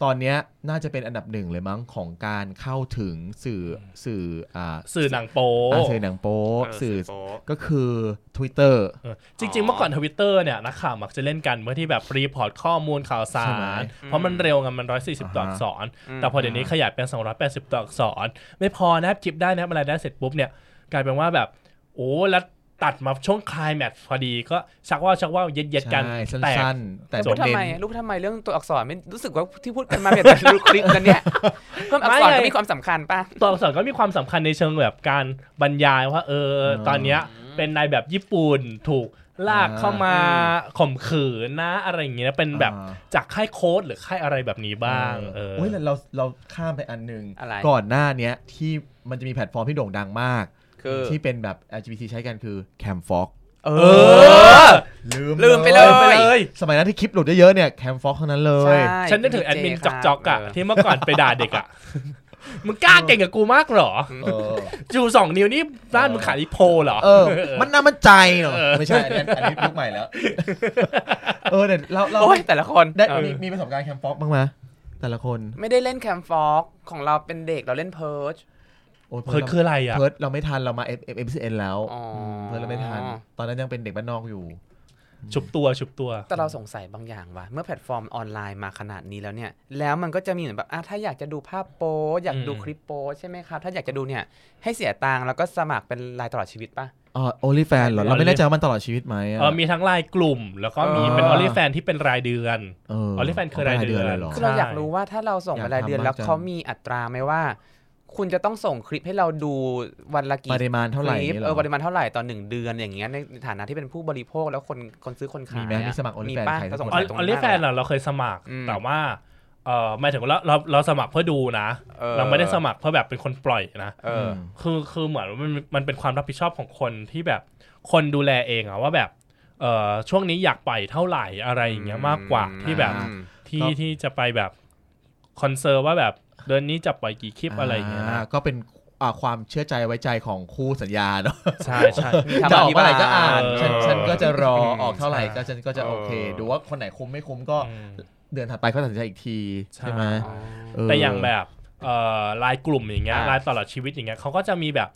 S3: ตอนเนี้ยน่าจะเป็นอันดับหนึ่งเลยมั้งของการเข้าถึงสื่อสื่ออ่า
S1: สื่อหนังโป๊
S3: อ่าสื่อหนังโป๊
S2: เ
S3: สื่อ
S2: โป๊ะ
S3: ก็คือ Twitter
S1: เออจริงๆเมื่อก่อนทวิตเตอร์เนี่ยนักข่าวมักจะเล่นกันเพื่อที่แบบรีพอร์ตข้อมูลข่าวสา
S3: ใช่ไหม
S1: ร เพราะมันเร็วไงมัน 140 ตัวอักษร แต่พอเดี๋ยวนี้ขยายเป็น 280 ตัวอักษร ไม่พอนะครับคลิปได้นะครับอะไรได้เสร็จปุ๊บเนี่ยกลายเป็นว่าแบบโอ้แล้วตัดมาช่วงคลายแมทพอดีก็ชักว่าวชักว่าวเย็ดๆกัน
S3: ใช่
S1: แตก
S3: สั้นๆ แต่
S2: แต่
S1: จ
S2: พู
S1: บ
S2: ด
S3: เน้
S2: ทำ
S3: น
S2: ไมลูกทำไมเรื่องตัวอักษรไม่รู้สึกว่าที่พูดกันมาแบบเป็นรูปคลิปนัน เนี่ยเพิ่มอักษร
S1: ไม่ไง
S2: ก็มีความสำคัญป่ะ
S1: ตัวอักษรก็มีความสำคัญในเชิงแบบการบรรยายว่าเอออ
S3: ม
S1: ตอนเนี้ยเป็นนายแบบญี่ปุ่นถูกลากเข้ามา
S2: อ่
S1: ข่มขืนนะอะไรอย่างเงี้ยเป็นแบบ
S3: อ่า
S1: จากค่ายโค้ดหรือค่ายอะไรแบบนี้บ้างเออ
S3: เว้ยเราเราเราข้ามไปอันหนึ่ง
S2: อะไร
S3: ก่อนหน้าเนี้ยที่มันจะมีแพลตฟอร์มที่โด่งดังมาก
S2: คือ
S3: ที่เป็นแบบ LGBT ใช้กันคือ Camfox
S2: เอ
S1: เออ
S3: ลืม
S2: ลืมไปเลย
S1: ไปเลย
S3: สมัยนั้นที่คลิปหลุดเยอะๆเนี่ย Camfox ทั้งนั้นเลย
S2: ใช่
S1: ฉันนึกถึง
S2: DJ
S1: แอดมิน
S2: ค
S1: จ
S2: รับอก
S1: จอกๆอะ
S2: เ
S1: ที่เมื่อก่อนไปด่าเด็กอะ มึงกล้าเก่งกับกูมากเหรอ
S3: เออ
S1: จูสองนิ้วนี่ด้านมึงขายลิโพเหรอ
S3: เออ มันน่ามันใจเหรอไม่ใช่อันนี้อันนี้ยุคใหม่แล้ว เออเนี่ยเราเรา
S2: โอ้ยแต่ละคน
S3: ได้
S2: เออ
S3: มีมีประสบการณ์ Camfox บ้างไหมแต่ละคน
S2: ไม่ได้เล่นแคมฟอกของเราเป็นเด็กเราเล่นเพิร์ช
S3: โอ้ย
S1: เพิร์ดคืออะไรอะ
S3: เพิร์ดเราไม่ทันเรามา F F F C N แล้ว
S2: อ๋ออื
S3: มเพิร์ดเราไม่ทัน ตอนนั้นยังเป็นเด็กบ้านนอกอยู่
S1: ฉุบตัวฉุบตัว
S2: แต่เราสงสัยบางอย่างว่าเมื่อแพลตฟอร์มออนไลน์มาขนาดนี้แล้วเนี่ย แล้วมันก็จะมีเหมือนแบบอ่ะถ้าอยากจะดูภาพโป๊อยากดู
S1: อืม
S2: คลิปโป๊ใช่ไหมครับ ถ้าอยากจะดูเนี่ยให้เสียตังค์แล้วก็สมัครเป็นรายตลอดชีวิตป่ะ
S3: อ๋อโอลิแฟนเหรอ เราไม่แน่ใจว่ามันตลอดชีวิตไหมะ
S1: เออมีทั้งรายกลุ่ม แล้วก็มีเป็นออล y แฟนที่เป็นรายเดือน
S3: เออ
S1: OnlyFans คือรายเดือน
S3: ลยหรอ
S2: คือเรา
S1: ใช่
S2: อยากรู้ว่าถ้าเราส่ง
S3: อยาก
S2: เวลายเดือน
S3: ทำ
S2: แล้ว
S3: บ้างจัง
S2: เขามีอัตราไหมว่า คุณจะต้องส่งคลิปให้เราดูวันละกี่
S3: ปริมาณเท่าไหร่
S2: คลิป
S3: นี่หร
S2: เออปริมาณเท่าไหร่ต่อหนึ่งเดือนอย่างเงี้ยในฐานะที่เป็นผู้บริโภคแล้วคนคนซื้อคน
S3: มี
S2: ขาย
S3: ไหม
S2: อะ
S3: มีสมัคร OnlyFans
S2: ป่ะ
S3: ใครสั
S2: เรา
S3: ก
S2: สง
S3: ค
S1: อ
S2: สัยตรง
S1: อ
S2: นี้
S1: ลิ
S2: มาก
S1: แฟ
S2: เล
S1: น
S2: ย
S1: เรา
S2: อะ
S1: เราเคยสมัคร
S2: อืม
S1: แต่ว่าเออหมายถึงว่าเราเราเราสมัครเพื่อดูนะ
S2: เออ
S1: เราไม่ได้สมัครเพื่อแบบเป็นคนปล่อยนะ
S2: เออ
S1: คือคือเหมือนว่ามันมันเป็นความรับผิดชอบของคนที่แบบคนดูแลเองอะว่าแบบเอ่อช่วงนี้อยากปล่อยเท่าไหร่อะไรอย่างเงี้ยมากกว่าที่แบบ
S2: อืม
S1: ที่
S3: ก็
S1: ที่จะไปแบบคอนเซอร์ว่าแบบเดือนนี้จะปล่อยกี่คลิปอะไรอย่างเงี้ยนะ
S3: ก็เป็นอ่าความเชื่อใจไว้ใจของคู่สัญญาเนาะ
S1: ใช่ใช่
S2: มีคำ
S3: จะอ
S2: อ
S3: อกเมื่อบ
S2: ธิา
S3: ไห
S2: ย
S3: ร่ก็อ่านฉัน
S1: เออ
S3: ฉันก็จะรอออกเท่าไหร่ก็ฉันก็จะ
S2: เออ
S3: โอเค ดูว่าคนไหนคุ้มไม่คุ้มก็
S1: อืม
S3: เดือนถัดไปก็ตัดสินใจอีกที
S1: ใช่
S3: ใช่ไหม
S2: อ๋อ
S3: เ
S1: แต่อย่างแบบเอ่อรายกลุ่มอย่างเงี้
S2: อ่าร
S1: ยายตลอดชีวิตอย่างเงี้ยเขาก็จะมีแบบ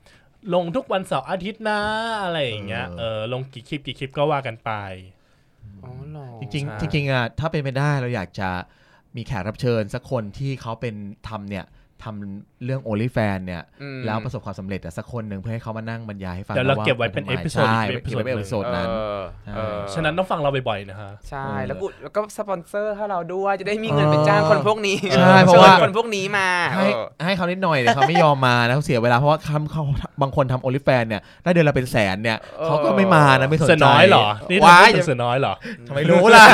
S1: ลงทุกวันเสาร์อาทิตย์นะอะไรอย่างเงี้ย
S3: เออ
S1: เออลงกี่คลิปกี่คลิปก็ว่ากันไป
S2: อ๋อเหรอ
S3: จริง
S1: ใช่
S3: ๆจริงๆอ่ะถ้าเป็นไปได้เราอยากจะมีแขกรับเชิญสักคนที่เขาเป็นทำเนี่ยทำเรื่อง o n l y f a n เนี่ย
S2: อืม
S3: แล้วประสบความสำเร็จอ่ะสักคนหนึ่งเพื่อให้เขามานั่งบรรยายให้ฟัง
S1: เดี๋ยวเรา
S3: ว่
S1: เก็บไว้เป็น
S3: ทำม
S1: episode
S3: ใช่
S1: อีกเป็น
S3: เก็บไว้เป็น
S1: episode
S3: episode
S2: เอ
S3: นั้น
S2: อเออ
S1: ฉะนั้นต้องฟังเราบ่อยๆนะฮะ
S2: ใช่
S3: เออ
S2: แล้วกูแล้วก็สปอนเซอร์ให้เราด้วยจะได้มีเงินไปจ้างคนพวกนี้
S3: ใช่เพราะว่า
S2: ชิญคนพวกนี้มา
S3: ให้
S2: เออ
S3: ให้เขานิดหน่อยเดี๋ยวเขาไม่ยอมมานะเขาเสียเวลาเพราะว่าคำเขาบางคนทำ o n l y f a n เนี่ยได้เดือนละเป็นแสนเนี่ย
S2: เออ
S3: เขาก็ไม่มานะไม่สนใจ
S1: เสือน้อยเหรอ นี่
S3: ว้า
S1: ทำ
S3: ย
S1: เป็นเสือน้อยเหรอ
S3: ทำไมรู้ล่ะ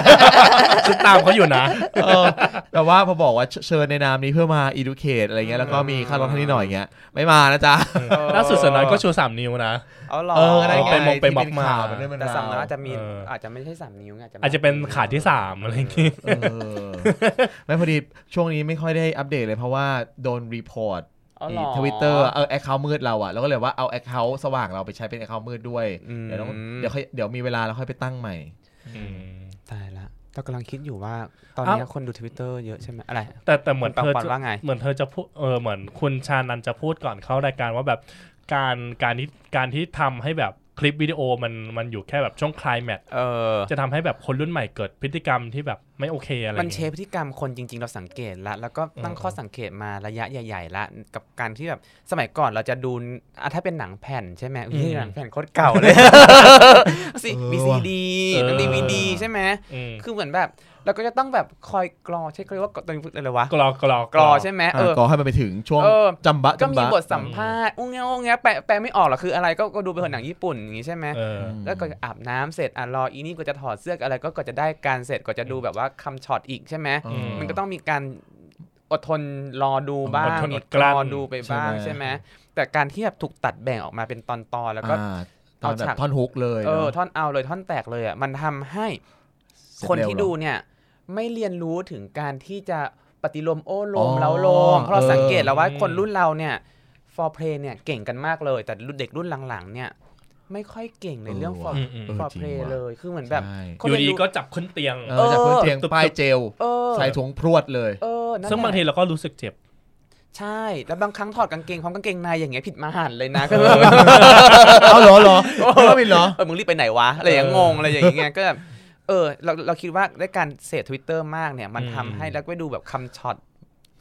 S1: ฉันตามเขาอยู่นะ
S3: เออแต่ว่าพอบอกว่าเชเชิญในนามนี้เพื่อมา educate อะไรเงี้ยแล้วก็มีค่ารถให้นิดหน่อยเงี้ยไม่มานะจ๊ะ
S1: ล่าสุดเสือน้อยก็ชูสามนิ้วนะ
S2: เอาหรอ
S3: เออนั่นไง
S1: เป็นมงเป็นม็อบ
S3: ที่
S1: มา
S3: ข่วเป็นเรื่องเป็น
S2: แต่
S3: ราว
S2: สำนักอาจจะมี
S1: เอออ
S2: อาจจะไม่ใช่สามนิ้วไงอาจจะ
S1: อาจจะเป็นขาที่สามอะไรอย่างงี้
S3: เออไม่พอดีช่วงนี้ไม่ค่อยได้อัปเดตเลยเพราะว่าโดนรีพอร์ต
S2: เอาหรอ
S3: ทวิตเตอร์เออแอคเคาท์มืดเราอะแล้วก็เลยว่าเอาแอคเคาท์สว่างเราไปใช้เป็นแอคเคาท์มืดด้วย
S2: อืม
S3: เดี๋ยวต้องเดี๋ยวค่อยเดี๋ยวมีเวลาแล้วค่อยไปตั้งใหม่
S2: ตายละเรากำลังคิดอยู่ว่าตอน
S1: อ้าว
S2: เนี้ยคนดูทวิตเตอร์เยอะใช่ไหมอะไร
S1: แต่แต่เหมือน
S2: คุณ
S1: เธอ
S2: ปังปอน
S1: จะ
S2: ว่าไง
S1: เหมือนเธอจะพูดเออเหมือนคุณชานันจะพูดก่อนเข้ารายการว่าแบบการการที่การที่ทำให้แบบคลิปวิดีโอมันมันอยู่แค่แบบช่วงคลายแมท
S2: เออ
S1: จะทำให้แบบคนรุ่นใหม่เกิดพฤติกรรมที่แบบไม่โอเคอะไร
S2: มัน
S1: เงี้ย
S2: เชฟพฤติกรรมคนจริง ๆ เราสังเกตละ แล้วก็ตั้ง
S1: เออ
S2: ข้อสังเกตมาระยะใหญ่ ๆ ละ กับการที่แบบสมัยก่อนเราจะดูอ่ะถ้าเป็นหนังแผ่นใช่ไหมอุ๊ยหนังแผ่นโคตรเก่า เลยสิ
S3: เออ
S2: มี
S3: ว่ะ
S2: ซีดีดีวีดีใช่ไหม
S1: อืม
S2: คือเหมือนแบบเราก็จะต้องแบบคอยกรอใช่เขาเรียกว่ากรอตอนนี้อะไรวะ
S1: กรอกรอก
S2: กรอใช่ไหมเออ
S3: ก็ให้มันไปถึงช่วง
S2: เออ
S3: จำบะ
S2: ก็
S3: จำ
S2: มี
S3: บะ
S2: บทสัมภาษณ์อุ้งเงี้ยอุ้งเงี้ยแปลแปลไม่ออกหรอกคืออะไรก็ก็ดูเป็นหนังญี่ปุ่นอย่างงี้ใช่ไหม
S1: เออ
S3: อืม
S2: แล้วก็อาบน้ำเสร็จอ่ะรออีนี่ก็จะถอดเสื้ออะไรก็ก็จะได้การเสร็จก็จะดูแบบว่าคำช็อตอีกใช่ไหม
S1: อืม
S2: มันก็ต้องมีการอดทนรอดูบ้า
S1: อด
S2: ง
S1: ทน
S2: มี
S1: อดกลั้น
S2: รอดูไปบ้าง
S3: ใช่
S2: ใช่
S3: ไห
S2: ไห
S3: ม
S2: มแต่การที่แบบถูกตัดแบ่งออกมาเป็นตอนๆแล้วก็
S3: อ่าตอ
S2: เอา
S3: นแบ
S2: ฉาก
S3: บท่อนฮุกเลย
S2: เออ
S3: เนอะ
S2: ท่อนเอาเลยท่อนแตกเลยอ่ะมันทำให้
S3: เสร็จ
S2: คน
S3: เร็ว
S2: ที่
S3: เหรอ
S2: ดูเนี่ย ไม่เรียนรู้ถึงการที่จะปฏิโลมโอ้โล
S3: อ๋
S2: ม
S3: อ
S2: เล้าโลมเพราะเรา
S3: เออ
S2: สังเกตแล้วว่าคนรุ่นเราเนี่ยฟอร์เพลย์เนี่ยเก่งกันมากเลย แต่รุ่นเด็กรุ่นหลังๆ เนี่ย ไม่ค่อยเก่งในเรื่องฟอร์
S1: อืมอืม
S3: เออ
S2: ฟอร์
S3: จริ
S2: เพล
S3: ง
S2: ย์
S3: ว่ะ
S2: เลยคือเหมือนแบบ
S3: ใช่
S2: คน
S1: อยู่
S2: เรียน
S1: ดี
S2: รู้
S1: ก็จับขึ้นเตียง
S3: เออจากพื้นเตียง
S1: เออ
S3: ป้ายเจล
S2: เออ
S3: ใส่ถุงพรวดเลย
S2: เออนั่นแหละ
S1: ซึ่งบางทีเราก็รู้สึกเจ็บ
S2: ใช่ แล้วบางครั้งถอดกางเกงพร้อมกางเกงในอย่างเงี้ยผิดมาหันเลยนะ
S3: เอาเหรอเหรอไม่มีเหรอ
S2: เออมึงรีบไปไหนวะอะไรอย่าง
S1: เออง
S2: งอะไรอย่างเงี้ยก็แบบเออเราเราคิดว่าด้วยการเสพทวิตเตอร์มากเนี่ย มัน
S1: อืม
S2: ทำให้แล้วก็ไปดูแบบคำช็อต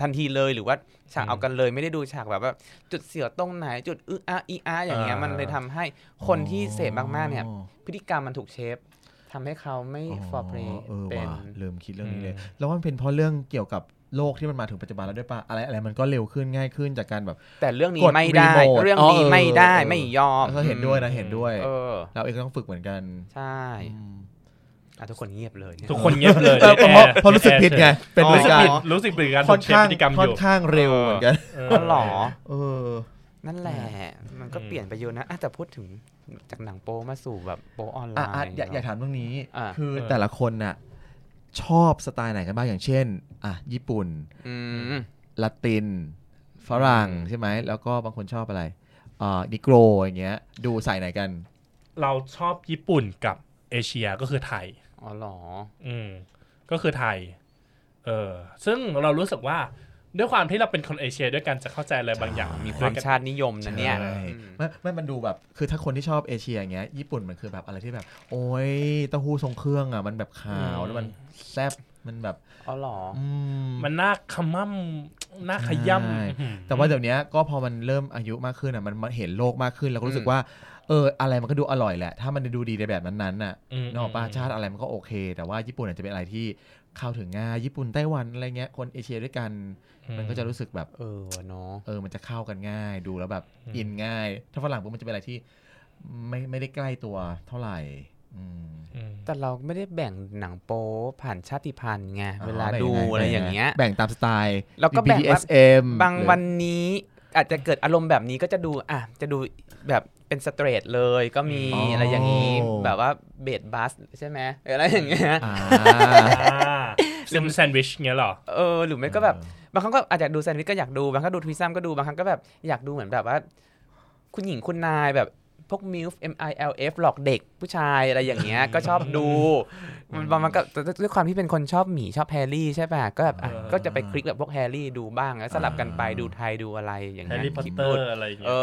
S2: ทันทีเลยหรือว่าฉาก
S1: อืม
S2: เอากันเลยไม่ได้ดูฉากแบบว่า จุดเสียวตรงไหน จุดอึอาอีอาอย่างเงี้ย
S1: อ่ามั
S2: มันเลยทำให้คนที่เสพมากๆเนี่ย พฤติกรรมมันถูกเชฟทำให้เขาไม่ฟอร์เพลย์
S3: เออ
S2: เป็น
S3: ว่ะลืมคิดเรื่องนี้เลย
S1: อืม
S3: แล้วว่ามันเป็นเพราะเรื่องเกี่ยวกับโลกที่มันมาถึงปัจจุบันแล้วด้วยป่ะ อะไรอะไรมันก็เร็วขึ้นง่ายขึ้นจากการแบบ
S2: แต่เรื่องนี้
S3: กด
S2: ไม่ได้
S3: รีโมท
S2: เรื่อง
S3: อ๋
S2: นี้
S3: อเออ
S2: ไม่ได้
S3: เออ
S2: ไม่ยอม
S3: เออเห็นด้วยนะเห็นด้วย
S2: เออ
S3: เราเองก็ต้องฝึกเหมือนกัน
S2: ใช่
S3: อืม
S2: อ่ะทุกคนเงียบเลยเนี่ย
S1: ทุกคนเงียบเลย
S3: เออเพราะ
S1: แอ
S3: เพราะรู้สึกผิดไง เป็น
S2: อ๋อ
S3: เหมือ
S1: รู้
S3: น
S1: สึก
S3: กัน
S1: ผิดรู้สึกผิดการ
S3: ค่อน
S1: เชฟ
S3: ข้าง
S1: พฤติกรรม
S3: ค่
S1: อ
S3: อน
S1: ยู่
S3: ข้างเร็วเหมือนกัน
S1: เออ
S2: อ๋อเหรอ
S3: เออ
S2: นั่นแหละ มันก็
S1: อืม
S2: เปลี่ยนไปเยอะนะอ่ะแต่พูดถึงจากหนังโปมาสู่แบบโปออนไล
S3: อ่ะอ่ะ
S2: น์
S3: อยากอยาก
S2: เนะ
S3: ถามเรื่องนี้
S2: อ่ะ
S3: คือ
S1: เออ
S3: แต่ละคนน่ะชอบสไตล์ไหนกันบ้างอย่างเช่น อ่ะ ญี่ปุ่น
S2: อืม
S3: ละติน ฝรั่งใช่ไหม แล้วก็บางคนชอบอะไรเอ่อนิโกรอย่างเงี้ย ดูใส่ไหนกัน
S1: เราชอบญี่ปุ่นกับเอเชียก็คือไทย
S2: อ๋อเหรอ
S1: อืมก็คือไทย เออซึ่งเรารู้สึกว่าด้วยความที่เราเป็นคนเอเชียด้วยกันจะเข้าใจอะไรบางอย่าง
S2: มีความ
S1: ด้วยกัน
S2: ชาตินิยมนะเนี่ย
S3: ใช่ไม่ไม่มันดูแบบ คือถ้าคนที่ชอบเอเชียอย่างเงี้ย ญี่ปุ่นมันคือแบบอะไรที่แบบ โอ้ยเต้าหู้ทรงเครื่องอ่ะ มันแบบขาว
S1: อืม
S3: แล้วมันแซ่บ มันแบบ
S2: อ๋อเหรอ
S3: อืม
S1: มันน่าขมั่มน่าขย่ำ
S3: ใช่
S1: อื้อหือ
S3: แต่ว่าเดี๋ยวเนี้ยก็พอมันเริ่มอายุมากขึ้นอ่ะ มันมันเห็นโลกมากขึ้น แล้วก็รู้สึกว่า เออ อะไรมันก็ดูอร่อยแหละ ถ้ามันดูดีในแบบนั้นๆน่ะ
S1: อืม
S3: นกออกป้า
S1: อืม
S3: ชาติอะไรมันก็โอเค แต่ว่าญี่ปุ่นอาจจะเป็นอะไรที่เข้าถึงง่ายญี่ปุ่นไต้หวันอะไรเงี้ย คนเอเชียด้วยกัน มันก็จะรู้สึกแบบ
S2: เออวะเนาะ
S3: เออ มันจะเข้ากันง่าย ดูแล้วแบบ
S1: อืม
S3: อินง่าย ถ้าฝรั่งปุ๊บมันจะเป็นอะไรที่ ไม่ไม่ได้ใกล้ตัวเท่าไหร่อืม
S1: อืม
S2: แต่เราไม่ได้แบ่งหนังโป๊ผ่านชาติพันธุ์ไง
S3: อ๋อ
S2: เวลา
S3: แบ่
S2: ดู
S3: น
S2: อะไรอย่างเงี้ย
S3: แบ่งตามสไตล์
S2: แล้วก็แบ่งว่า
S3: BDSM
S2: บาง
S3: หรือ
S2: วันนี้อาจจะเกิดอารมณ์แบบนี้ก็จะดูอ่ะจะดูแบบเป็นสเตรทเลยก็มี
S3: อ๋ออ
S2: อะไรอย่างนี้ แบบว่าเบดบัสใช่ไหมหรืออะไรอย่างเงี้ย
S3: อ่า
S1: อ่าซึมแซนด์วิชเงี้ยเหรอ
S2: เออหรือไม่ก็แบบ บางครั้งก็อาจจะดูแซนด์วิชก็อยากดู บางครั้งก็ดูทวีซัมก็ดู บางครั้งก็แบบอยากดูเหมือนแบบว่า คุณหญิงคุณนายแบบ เพ วก MILF M I L F หลอกเด็กผู้ชายอะไรอย่างเงี้ย ก็ชอบดู มันมันก็แต่ด้วยความที่เป็นคนชอบหมีชอบแฮร์รี่ใช่ป่ะก็แบบอ่ะ
S1: เออ
S2: ก็จะไปคลิกแบบพวกแฮร์รี่ดูบ้างแล้วสลับกันไปดูไทยดูอะไรอย่าง
S1: แฮ
S2: เงี้ย
S1: ร์รี่พอต
S2: คลิป
S1: เตอ
S2: หลุด
S1: ร์อะไรอย่าง
S2: เอ
S1: เงี้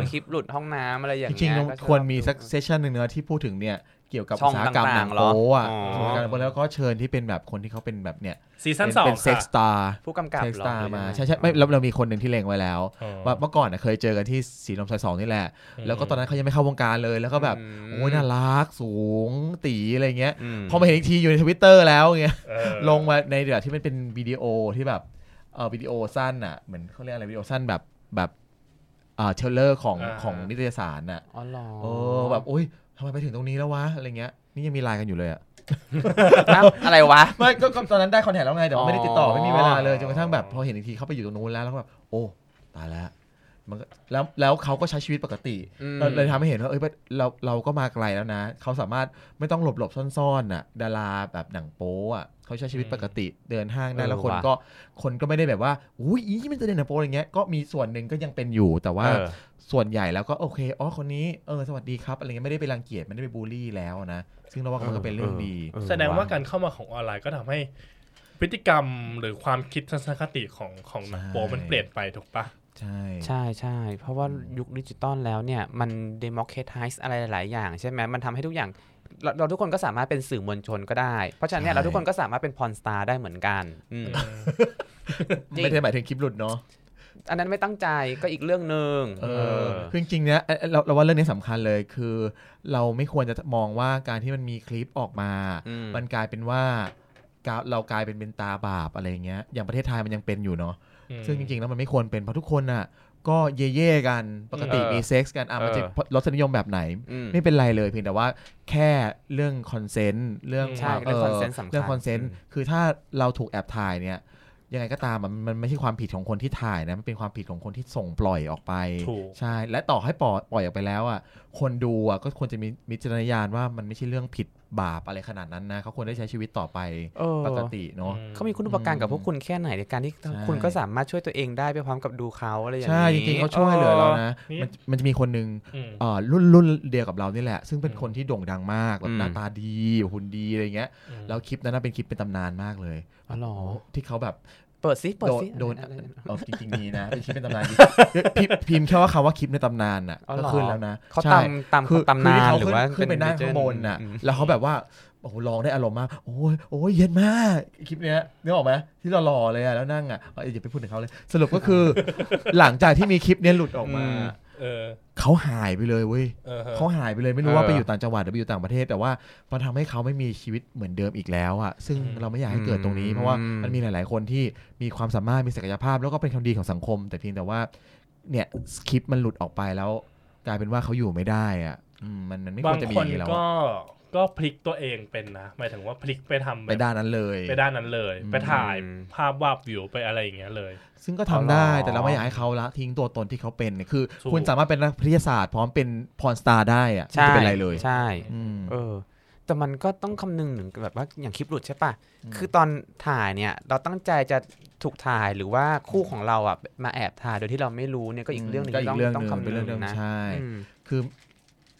S1: ย
S2: อคลิปหลุดห้องน้ำอะไรอย่าง
S3: จ
S2: เงี้ย
S3: ริง
S2: ก็
S3: ๆเรา
S2: ชอบ
S3: ควรมี
S2: ดู
S3: สักเซสชันหนึ่งเนอะที่พูดถึงเนี่ยเกี่ยวกับ
S2: ช่
S3: อุ
S2: อง
S3: ตสาหกรรมหนัง
S2: ต่างๆ
S3: โป๊อะ
S2: เหรออ๋อ
S3: อุตสาหกรรมหนังโป๊แล้วก็เชิญที่เป็นแบบคนที่เขาเป็นแบบเนี่ย
S1: ซี
S3: เป็
S1: ซั่น
S3: น
S1: สอง
S3: เป็นเซ็ก
S1: ค่ะ
S3: ซ์ตาร์
S2: ผู้กำกับ
S3: เซ็กซ์
S2: หรอ
S3: ตาร์มา
S2: หรือยังไง
S3: ใช่ใช่ไม่เราเรามีคนหนึ่งที่เล็งไว้แล้ว
S1: อ๋อ
S3: ว่าเมื่อก่อนน่ะเคยเจอกันที่สีลมสายสองนี่แหละ แล้วก็ตอนนั้นเขายังไม่เข้าวงการเลยแล้วก็แบบ
S2: ม
S3: โอ้ยน่ารักสูงตีอะไรเงี้ย
S2: ม
S3: พอมาเห็นอีกทีอยู่ในทวิตเตอร์แล้วเงี้ย
S1: เออ
S3: ลงมาในเดือดที่มันเป็นวิดีโอที่แบบเออวิดีโอสั้นอ่ะเหมือนเขาเรียกอะไรวิดีโอสั้นแบบแบบเออเทเลอร์ของ
S1: อ่า
S3: ของนิตยสารอ่ะ
S2: อ๋อเหรอ
S3: เออแบบโอ้ยทำไมไปถึงตรงนี้แล้ววะอะไรเงี้ยนี่ยังมีไลน์กันอยู่เลยอ่ะ
S2: อ้าวอะไรวะ
S3: ไม่ก็ก็ตอนนั้นได้คอนแทคแล้วไงแต่
S2: อ๋
S3: ว่า
S2: อ
S3: ไม่ได้ติดต่อไม่มีเวลาเลยจนกระทั่งแบบพอเห็นอีกทีเขาไปอยู่ตรงนู้นแล้วแล้วก็แบบโอ้ตายแล้วมันก็แล้วแล้วเขาก็ใช้ชีวิตปกติ
S2: อืม
S3: เราเลยทำให้เห็นว่าเอ้ยเราเราก็มาไกลแล้วนะเขาสามารถไม่ต้องหลบหลบๆซ่อนๆน่ะดาราแบบหนังโป๊อ่ะเขาใช้ชีวิตปกติเดินห้างได้แล้วคนก็คนก็ไม่ได้แบบว่าอุ้ยอีนี่มันจะเดินหนังโป๊อะไรเงี้ยก็มีส่วนหนึ่งก็ยังเป็นอยู่แต่ว่า
S2: เออ
S3: ส่วนใหญ่แล้วก็โอเค อ๋อ คนนี้ เออ สวัสดีครับ อะไรเงี้ย ไม่ได้ไปรังเกียจ ไม่ได้ไปบูลลี่แล้วนะ ซึ่งเราว่ามันก็เป็นเรื่องดี
S1: แสดงว่าการเข้ามาของออนไลน์ก็ทำให้พฤติกรรมหรือความคิดทัศนคติของของหนังโปมันเปลี่ยนไปถูกปะ
S3: ใช่
S2: ใช่ใช่เพราะว่ายุคดิจิตอลแล้วเนี่ย มัน democratize อะไรหลาย ๆ อย่าง ใช่ไหมมันทำให้ทุกอย่างเราเราทุกคนก็สามารถเป็นสื่อมวลชนก็ได้ เพราะฉะนั้นเนี่ย
S3: ใช่
S2: เราทุกคนก็สามารถเป็นพรสตาร์ได้เหมือนกันอืม จริง
S3: ไม่ได้หมายถึงคลิปหลุดเนาะ
S2: อันนั้นไม่ตั้งใจก็อีกเรื่องหนึ่ง
S3: เอ
S2: เอ
S3: อ
S2: อ
S3: คือจริงๆนะเอ่อเราเราว่าเรื่องนี้สำคัญเลยคือ เราไม่ควรจะมองว่าการที่มันมีคลิปออกมา
S2: อืม
S3: มันกลายเป็นว่าการเรากลายเป็นเป็นตาบาปอะไรเงี้ย อย่างประเทศไทยมันยังเป็นอยู่เนาะ ซึ่งจริงๆแล้วมันไม่ควรเป็นเพราะทุกคนอ่ะ ก็เย่ๆกัน ปกติ
S2: เออ
S3: มีเซ็กซ์กันอ่ะมันจะ
S2: เออ
S3: รสนิยมแบบไหน
S2: อืม
S3: ไม่เป็นไรเลยเพียงแต่ว่าแค่เรื่องคอนเซนต์เรื่อง
S1: ใช่
S3: ความ
S2: เรื่อง consent สำคัญ
S3: เรื่องคอนเซนต์
S2: อืม
S3: คือถ้าเราถูกแอบถ่ายเนี่ยยังไงก็ตามอะมันมันไม่ใช่ความผิดของคนที่ถ่ายนะมันเป็นความผิดของคนที่ส่งปล่อยออกไป
S1: ถูก
S3: ใช่ และต่อให้ปล่อยปล่อยออกไปแล้วอ่ะคนดูอ่ะก็ควรจะมีมิจารณญาณว่ามันไม่ใช่เรื่องผิดบาปอะไรขนาดนั้นนะเขาควรได้ใช้ชีวิตต่อไป
S2: เออ
S3: ปกติเนาะ
S2: เขามีคุณอุปการกับพวกคุณแค่ไหนในการที่
S3: ใช่
S2: คุณก็สามารถช่วยตัวเองได้ไปพร้อมกับดูเขาอะไรอย่างนี้
S3: ใช่จริงๆเขาช่วยเหลือเรานะ
S1: นี่
S3: มันมันจะมีคนหนึ่ง
S1: อืม
S3: เอ่อรุ่นรุ่นเดียวกับเรานี่แหละ ซึ่งเป็น
S1: อืม
S3: คนที่โด่งดังมากแบบหน้าตาดีหุ่นดีอะไรเงี้ยแล้วคลิปนั้นนะเป็นคลิปเป็นตำนานมากเลย
S2: อ๋อเหรอ
S3: ที่เขาแบบ
S2: เปิดซิเปิด
S3: โดน
S2: ซิ
S3: โดน
S2: อะไรอะไร
S3: เอาจริงๆนี้ นะเป็นคลิปเป็นตำนานจริงพิมพ์พิมพ์แค่ว่าคำว่าคลิปในตำนานน่ะ
S2: อ๋อเหร
S3: ก็
S2: อ
S3: ขึ้นแล้วนะ
S2: เขา
S3: ใช่
S2: ตำตำ
S3: คือ
S2: ตำนาน
S3: คืเขา
S2: หรือว่า
S3: ขึ้นไปนั่งข้างบนน่ะ
S2: อืม
S3: แล้วเขาแบบว่าโอ้โหร้องได้อารมณ์มากโอ้ยโอ้ยเย็นมากคลิปเนี้ยนึกออกไหมที่เราหล่อเลยอะแล้วนั่งอะเอาอย่าไปพูดถึงเขาเลย สรุปก็คือ หลังจากที่มีคลิปเนี้ยหลุดออกมา
S2: อืม
S1: เออ
S3: เขาหายไปเลยเว้ย
S1: เออฮะ
S3: เขาหายไปเลยไม่รู้ว่า
S2: เออ
S3: ไปอยู่ต่างจังหวัดหรือไปอยู่ต่างประเทศ แต่ว่ามันทำให้เขาไม่มีชีวิตเหมือนเดิมอีกแล้วอะซึ่ง
S1: อืม
S3: เราไม่อยากให้เกิดตรงนี้
S2: อืม
S3: เพราะว่ามันมีหลาย ๆ คนที่มีความสามารถมีศักยภาพ แล้วก็เป็นคนดีของสังคม แต่เพียงแต่ว่าเนี่ยคลิปมันหลุดออกไปแล้ว กลายเป็นว่าเขาอยู่ไม่ได้อะอืมมันมันไม่ค
S1: บาว
S3: รง จะมี
S1: คน
S3: แล้ว
S1: ก็
S3: อะ
S1: ก็พลิกตัวเองเป็นนะหมายถึงว่าพลิกไปทำแบบ
S3: ไปด้านนั้นเลย
S1: ไปด้านนั้นเลย
S3: อืม
S1: ไปถ่าย
S2: อืม
S1: ภาพวาบวิวไปอะไรอย่างเงี้ยเลย
S3: ซึ่งก็ทำได้
S2: อ๋อ
S3: แต่เราไม่อยากให้เขาละทิ้งตัวตนที่เขาเป็นคือ
S1: ถูก
S3: คุณสามารถเป็นนักวิทยาศาสตร์พร้อมเป็นพรสตาร์ได้อะไม่
S2: ใช่
S3: เป็นไรเลย
S2: ใช่
S3: อืม
S2: เออ แต่มันก็ต้องคำนึงถึงแบบว่าอย่างคลิปหลุดใช่ปะ
S3: อืม
S2: คือตอนถ่ายเนี่ย เราตั้งใจจะถูกถ่ายหรือว่าคู่ของเราอ่ะมาแอบถ่ายโดยที่เราไม่รู้เนี่ยก็อีกเรื่องหนึง
S3: ก็
S2: ที่
S3: อี
S2: ต้อกงต้อง
S3: เรื่องหนึง
S2: คำ
S3: เป็น
S2: นึ
S3: เรื่อง งเดิม
S2: นะ
S3: ใช่
S2: อืม
S3: คือ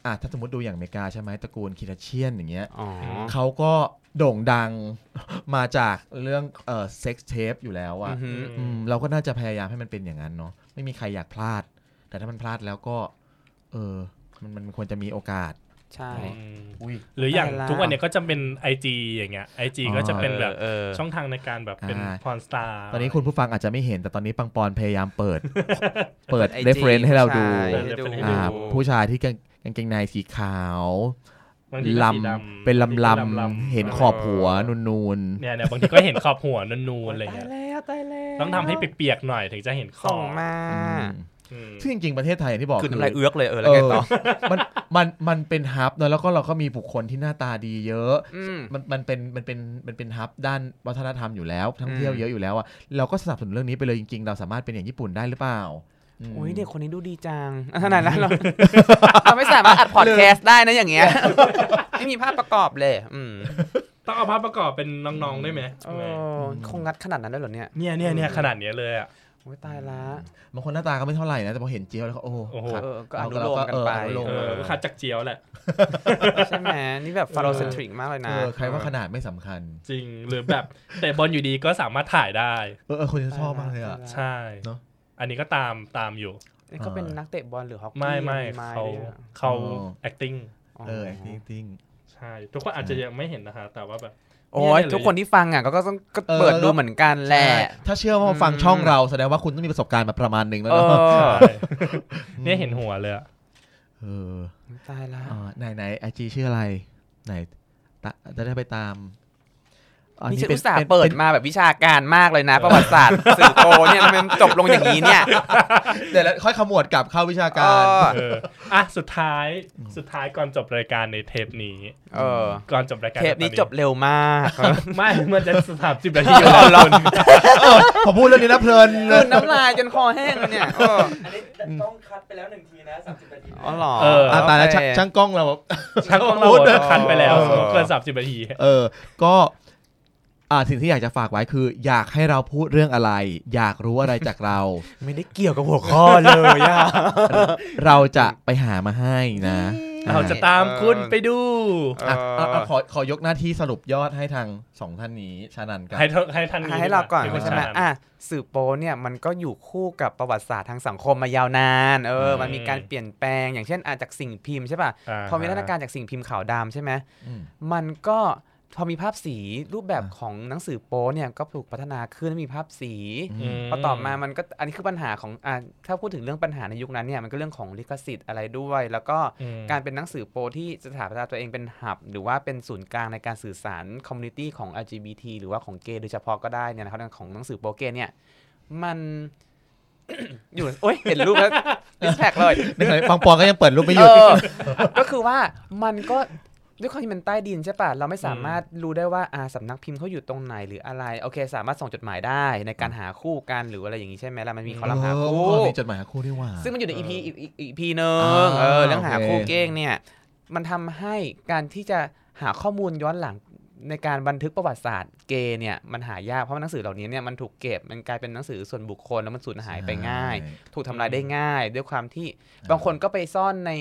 S3: อ่ะถ้าสมมติดูอย่างอเมริกาใช่ไหมตระกูลคิราเชียนอย่างเงี้ย
S2: อ๋อ
S3: เขาก็โด่งดัง มาจากเรื่องเอ่อเซ็กซ์เทปอยู่แล้ว
S2: อื
S3: อะ
S2: อหือ
S3: อืมเราก็น่าจะพยายามให้มันเป็นอย่างนั้นเนาะไม่มีใครอยากพลาด แต่ถ้ามันพลาดแล้วก็ เออมันมันควรจะมีโอกาส
S2: ใช่
S1: อืม
S3: อุ้ย
S1: หรืออย่างทุกวันเนี้ยก็จะเป็น IG อย่างเงี้ย IG ก็จะเป็นแบบ
S2: เออ
S1: ช่องทางในการแบบเป็น
S3: อ่า
S1: พรสตาร์
S3: ตอนนี้คุณผู้ฟังอาจจะไม่เห็น แต่ตอนนี้ปังปอนพยายามเปิด เปิด
S2: IG
S3: เรฟเฟนให้เราดู
S2: ใช่ให้ดู
S3: อ่าผู้ชายที่กางกางเกงในสีขาว
S1: บางทีก็
S3: ล
S1: สีด
S3: ำเป็นลำลำๆเห็นขอบหัวนูนๆ
S1: เนี่ยเนี่ยบางทีก็เห็นขอบหัวนูนๆอะไร
S2: ตาย
S1: เงี้ย
S2: แล้วตายแล้ว
S1: ต้องทำให้เปียกๆหน่อยถึงจะเห็นขอ
S2: ส่ง
S1: บ
S2: มา
S1: อืม
S3: ซึ่งจริงๆ ประเทศไทยอย่างที่บอก
S2: คื
S3: คือ
S2: น้ำลายเอื้อกเลยเออแล้วไงต่อ
S3: เอมันมันมันเป็นฮับเนอะแล้วก็เราก็มีบุคคลที่หน้าตาดีเยอะ
S2: อืม
S3: มันมันเป็นมันเป็นมันเป็นฮับด้านวัฒนธรรมอยู่แล้วท่อง
S2: อืม
S3: เที่ยวเยอะอยู่แล้วอ่ะเราก็สนับสนุนเรื่องนี้ไปเลยจริงๆ เราสามารถเป็นอย่างญี่ปุ่นได้หรือเปล่า
S2: โอ้ยเด็กคนนี้ดูดีจังอ่ะขนาดนั้นเรา เราไม่สามารถอัดพอดแคสต์ได้นะอย่างเงี้ย ไม่มีภาพประกอบเลย อืม
S1: ต้องเอาภาพประกอบเป็นน้องๆได้ไหม
S2: เออคงงัดขนาดนั้นด้วยเหรอเนี่ย
S1: เนี่ยเนี่ยเนี่ยขนาดเนี้ยเลยอ่ะ
S2: โอ้ยตายละ
S3: บางคนหน้าตาก็ไม่เท่าไหร่นะแต่พอเห็นเจียวแล้วก็โอ้
S1: โอ้โห
S3: ครับ
S2: เออก็อนุโลมกันไป
S3: เราก็เอออนุโลม
S1: เออก็คัดจากเจียวแหละ
S2: ใช่ไหมนี่แบบฟาโรเซนทริกมากเลย
S3: เอ
S2: นะ
S3: อใครว่าขนาดไม่สำคัญ
S1: จริงหรือแบบ แต่บอลอยู่ดีก็สามารถถ่ายได้
S3: เออเออคนจะชอบมากเลยอ่ะ
S1: ใช่
S3: เนอะ
S1: อันนี้ก็ตามตามอยู่
S2: เอ้ยก็เป็นนักเตะบอลหรือฮอกกี้
S1: ไม่ไม่
S2: ไม้
S1: เขา
S2: ด้วยอะ
S1: เขา
S3: อ๋อ
S1: acting
S3: เออจริงจริง
S1: ใช่ ทุกคนอาจจะยังไม่เห็นนะคะ แต่ว่าแบบ
S2: โอ้ยทุกคนที่ฟังอ่ะก็ก็ต้องก็
S3: เออ
S2: เปิดดูเหมือนกัน
S3: ๆ
S2: แหละ
S3: ใช่ถ้าเชื่อว่าฟังช่องเราแสดงว่าคุณต้องมีประสบการณ์มาประมาณหนึ่งแล้ว
S2: เอ
S3: เนาะ
S2: อ
S1: ใช่เนี่ยเห็นหัวเลยอะ
S3: เออ
S2: ตายละ
S3: อ่าไหนไหนไอจีชื่ออะไร ไหนตะจะได้ไปตามอั
S2: นี่ฉัน
S3: ป็
S2: อุตส่าห์
S3: น
S2: เปิด
S3: น
S2: มาแบบวิชาการมากเลยนะ ประวัติศาสตร์สื่อโตเนี่ยทำไมมันจบลงอย่างนี้เนี่ย
S3: เดี๋ยวแล้วค่อยขมวดกลับเข้าวิชาการ
S2: เออ
S1: เอออ่ะสุดท้ายสุดท้ายก่อนจบรายการในเทปนี้
S2: เออ
S1: ก่อนจบรายการ
S2: เทปนี้จบเร็วมาก
S1: ไม่ มันจะสามสิบนาทีแล้วคุณ
S3: พอพูดเรื่องนี้นะเพลิน
S2: กลืนน้ำลายจนคอแห้งเลยเนี่ยเออ
S4: อันนี้ต้องคัดไปแล้วหนึ่งทีนะสามสิบนาที
S2: อ๋อเหรอ
S1: เออ
S3: อ่ะตายแล้ว
S2: โอเค
S3: ช่างช่างกล้องเรา
S1: ทั้งของเราหมดคันไปแล้ว
S2: เออ
S1: เกินสามสิบนาที
S3: เออ ก็อ่าสิ่งที่อยากจะฝากไว้คือ อยากให้เราพูดเรื่องอะไร อยากรู้อะไรจากเรา
S2: ไม่ได้เกี่ยวกับหัวข้อเลยอะ
S3: เราจะไปหามาให้นะ
S1: เราจะตามคุณไปดู
S3: อ่ะอ่ะอ่ะขอขอยกหน้าที่สรุปยอดให้ทางสองท่านนี้ชานันกับ
S1: ให้ท่านให้ท่านนี้
S2: ให้เราก่อน
S1: ดีว่
S2: ใช่ไหม
S1: ชาญ
S2: อ่ะสื่อโปเนี่ยมันก็อยู่คู่กับประวัติศาสตร์ทางสังคมมายาวนาน เออ
S1: อืม
S2: มันมีการเปลี่ยนแปลงอย่างเช่นอาจากสิ่งพิมพ์ใช่ป่ะ
S1: อ่า
S2: พอมีวัฒนาการจากสิ่งพิมพ์ขาวดำใช่ไหม
S3: อืม
S2: มันก็พอมีภาพสีรูปแบบ
S3: อ่า
S2: ของหนังสือโปเนี่ยก็ถูกพัฒนาขึ้นให้มีภาพสี
S3: อืม
S1: ม
S2: พอต่อมามันก็อันนี้คือปัญหาของอ่ะถ้าพูดถึงเรื่องปัญหาในยุคนั้นเนี่ยมันก็เรื่องของลิขสิทธิ์อะไรด้วย แล้วก็
S1: อืม
S2: การเป็นหนังสือโปที่สถาปนาตัวเองเป็นหับ หรือว่าเป็นศูนย์กลางในการสื่อสารคอมมูนิตี้ของ LGBT หรือว่าของเกย์โดยเฉพาะก็ได้เนี่ยนะครับเรื่องของหนังสือโปเกย์เนี่ยมัน อยู่โอ้ยเห็นรู ปแล้วดิสแท็กเลย
S3: ในขณะที่ปังปอนก็ยังเปิดรูปไม่หยุด
S2: เออก็คือว่ามันก็ด้วยความที่มันใต้ดินใช่ป่ะ เราไม่สามารถรู้ได้ว่าอาสำนักพิมพ์เขาอยู่ตรงไหนหรืออะไร โอเค สามารถส่งจดหมายได้ในการหาคู่กันหรืออะไรอย่างนี้ใช่ไหมล่ะ มันมีคอลัมน์หา
S3: เอ
S2: คู่
S3: อมีจดหมายหาคู่ด้วยว่า
S2: ซึ่งมันอยู่ใน
S1: เออ
S2: อีพี
S1: อี
S2: อีพีหนึ่
S3: อ
S2: ง
S3: ่า
S2: เออเรื่องหา
S3: โอเค
S2: คู่เก้งเนี่ย มันทำให้การที่จะหาข้อมูลย้อนหลังในการบันทึกประวัติศาสตร์เกย์เนี่ยมันหายากเพราะว่าหนังสือเหล่านี้เนี่ยมันถูกเก็บมันกลายเป็นหนังสือส่วนบุคคลแล้วมันสูญหายไปง่าย
S3: ใช่
S2: ถูกทำลายได้ง่าย ด้วยความที่
S3: อ่า
S2: บางคนก็ไปซ่อนใน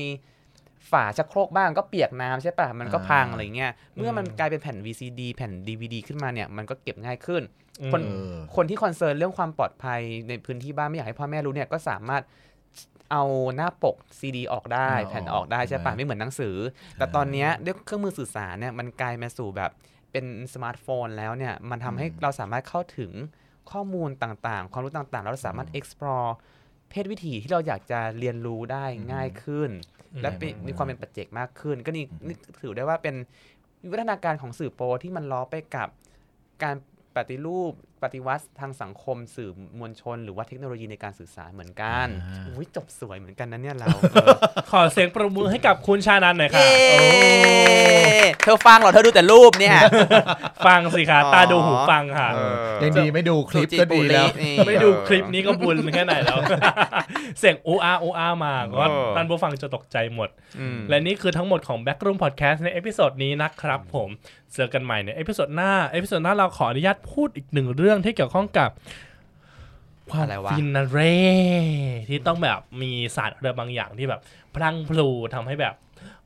S2: ฝาชักโครกบ้างก็เปียกน้ำใช่ปะมันก็พัง
S3: อ่า
S2: อะไรเงี้ยเมื่อมันกลายเป็นแผ่น VCD แผ่น DVD ขึ้นมาเนี่ยมันก็เก็บง่ายขึ้น คน
S3: เออ
S2: คนที่คอนเซิร์นเรื่องความปลอดภัยในพื้นที่บ้านไม่อยากให้พ่อแม่รู้เนี่ยก็สามารถเอาหน้าปกซีดีออกได้
S3: เอาออก
S2: แผ่นออกได้ใช่ปะ
S3: ใช่ไหม
S2: ไม่เหมือนหนังสือ แต่ตอนเนี้ยด้วยเครื่องมือสื่อสารเนี่ยมันกลายมาสู่แบบเป็นสมาร์ทโฟนแล้วเนี่ยมันทำให้
S3: อืม
S2: เราสามารถเข้าถึงข้อมูลต่างๆ ความรู้ต่างๆ แล้วเราสามารถ explore เพศวิถีที่เราอยากจะเรียนรู้ได้
S3: อืม
S2: ง่ายขึ้น และเป็น
S3: อืม
S2: มีความเป็นปัจเจกมากขึ้น ก็นี่นี่ถือได้ว่าเป็นวิวัฒนาการของสื่อโปรที่มันล้อไปกับการปฏิรูปปฏิวัติทางสังคมสื่อมวลชน หรือว่าเทคโนโลยีในการสื่อสารเหมือนกัน
S3: อ่า
S2: อุ้ยจบสวยเหมือนกันนะเนี่ยเรา
S1: ขอเสียงประมือให้กับคุณชานันหน่อยค่ะ
S2: เย้เธอฟังเหรอเธอดูแต่รูปเนี่ย
S1: ฟังสิคะตาดูหูฟังค่ะ
S2: เออ
S3: ยังดีไม่ดูคลิปก็ดีแล้ว
S2: สุจิปุรินี่
S1: ไม่ดูคลิปนี้ก็บุญแค่ไหนแล้ว เสียงโออาโออามาก็
S2: เออ
S1: ท่านผู้ฟังจะตกใจหมด
S2: อืม
S1: และนี่คือทั้งหมดของ Backroom Podcast ในเอพิโซดนี้นะครับผมเจอกันใหม่ในเอพิโซดหน้า เอพิโซดหน้าเราขออนุญาตพูดอีกหนึ่งเรื่องที่เกี่ยวข้องกับ ความ
S2: อะไรวะ
S1: ฟินนะเร ที่ต้องแบบมีศาสตร์อะไรบางอย่างที่แบบ พลังพลูทำให้แบบ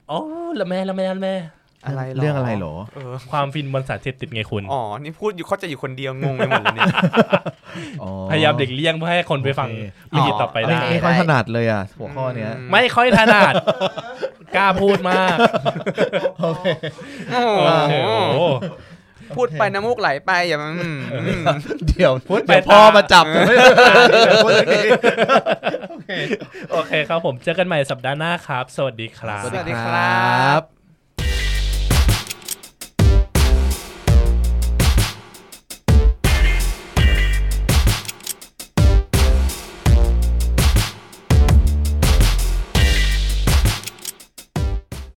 S1: โอ้ละแม่ละแม่ละแม่
S2: อะไรห
S3: เรื่องอะไรเหรอ
S2: เออ
S1: ความฟินบนสารเสพติดไงคุณ
S2: อ๋อ นี่พูดอยู่เข้าใจอยู่คนเดียวงงไปหมดเลยเนี่ย
S3: อ๋อ
S1: พยายามเด็กเลี่ยงเพื่อให้คนไปฟัง
S2: โอเค
S1: อีพีต่อไป
S3: ไม่
S1: ได้
S3: ไม่ค่อยถนัดเลยอ่ะหัวข้อเนี้ย
S1: ไม่ค่อยถนั ด กล้าพูดมาก
S3: โอเค
S2: โอ้โ
S1: โอ้โห
S2: หพูดไปน้ำมูกไหลไปอย่ามันอืม
S3: เดี๋ยว
S1: พูดไป
S3: เดี๋ยวพ่อมาจับจะไม่ได้พูดเรื่องนี้
S1: โอเคครับผมเจอกันใหม่สัปดาห์หน้าครับ สวัสดีครับ
S2: สวัสดีครับ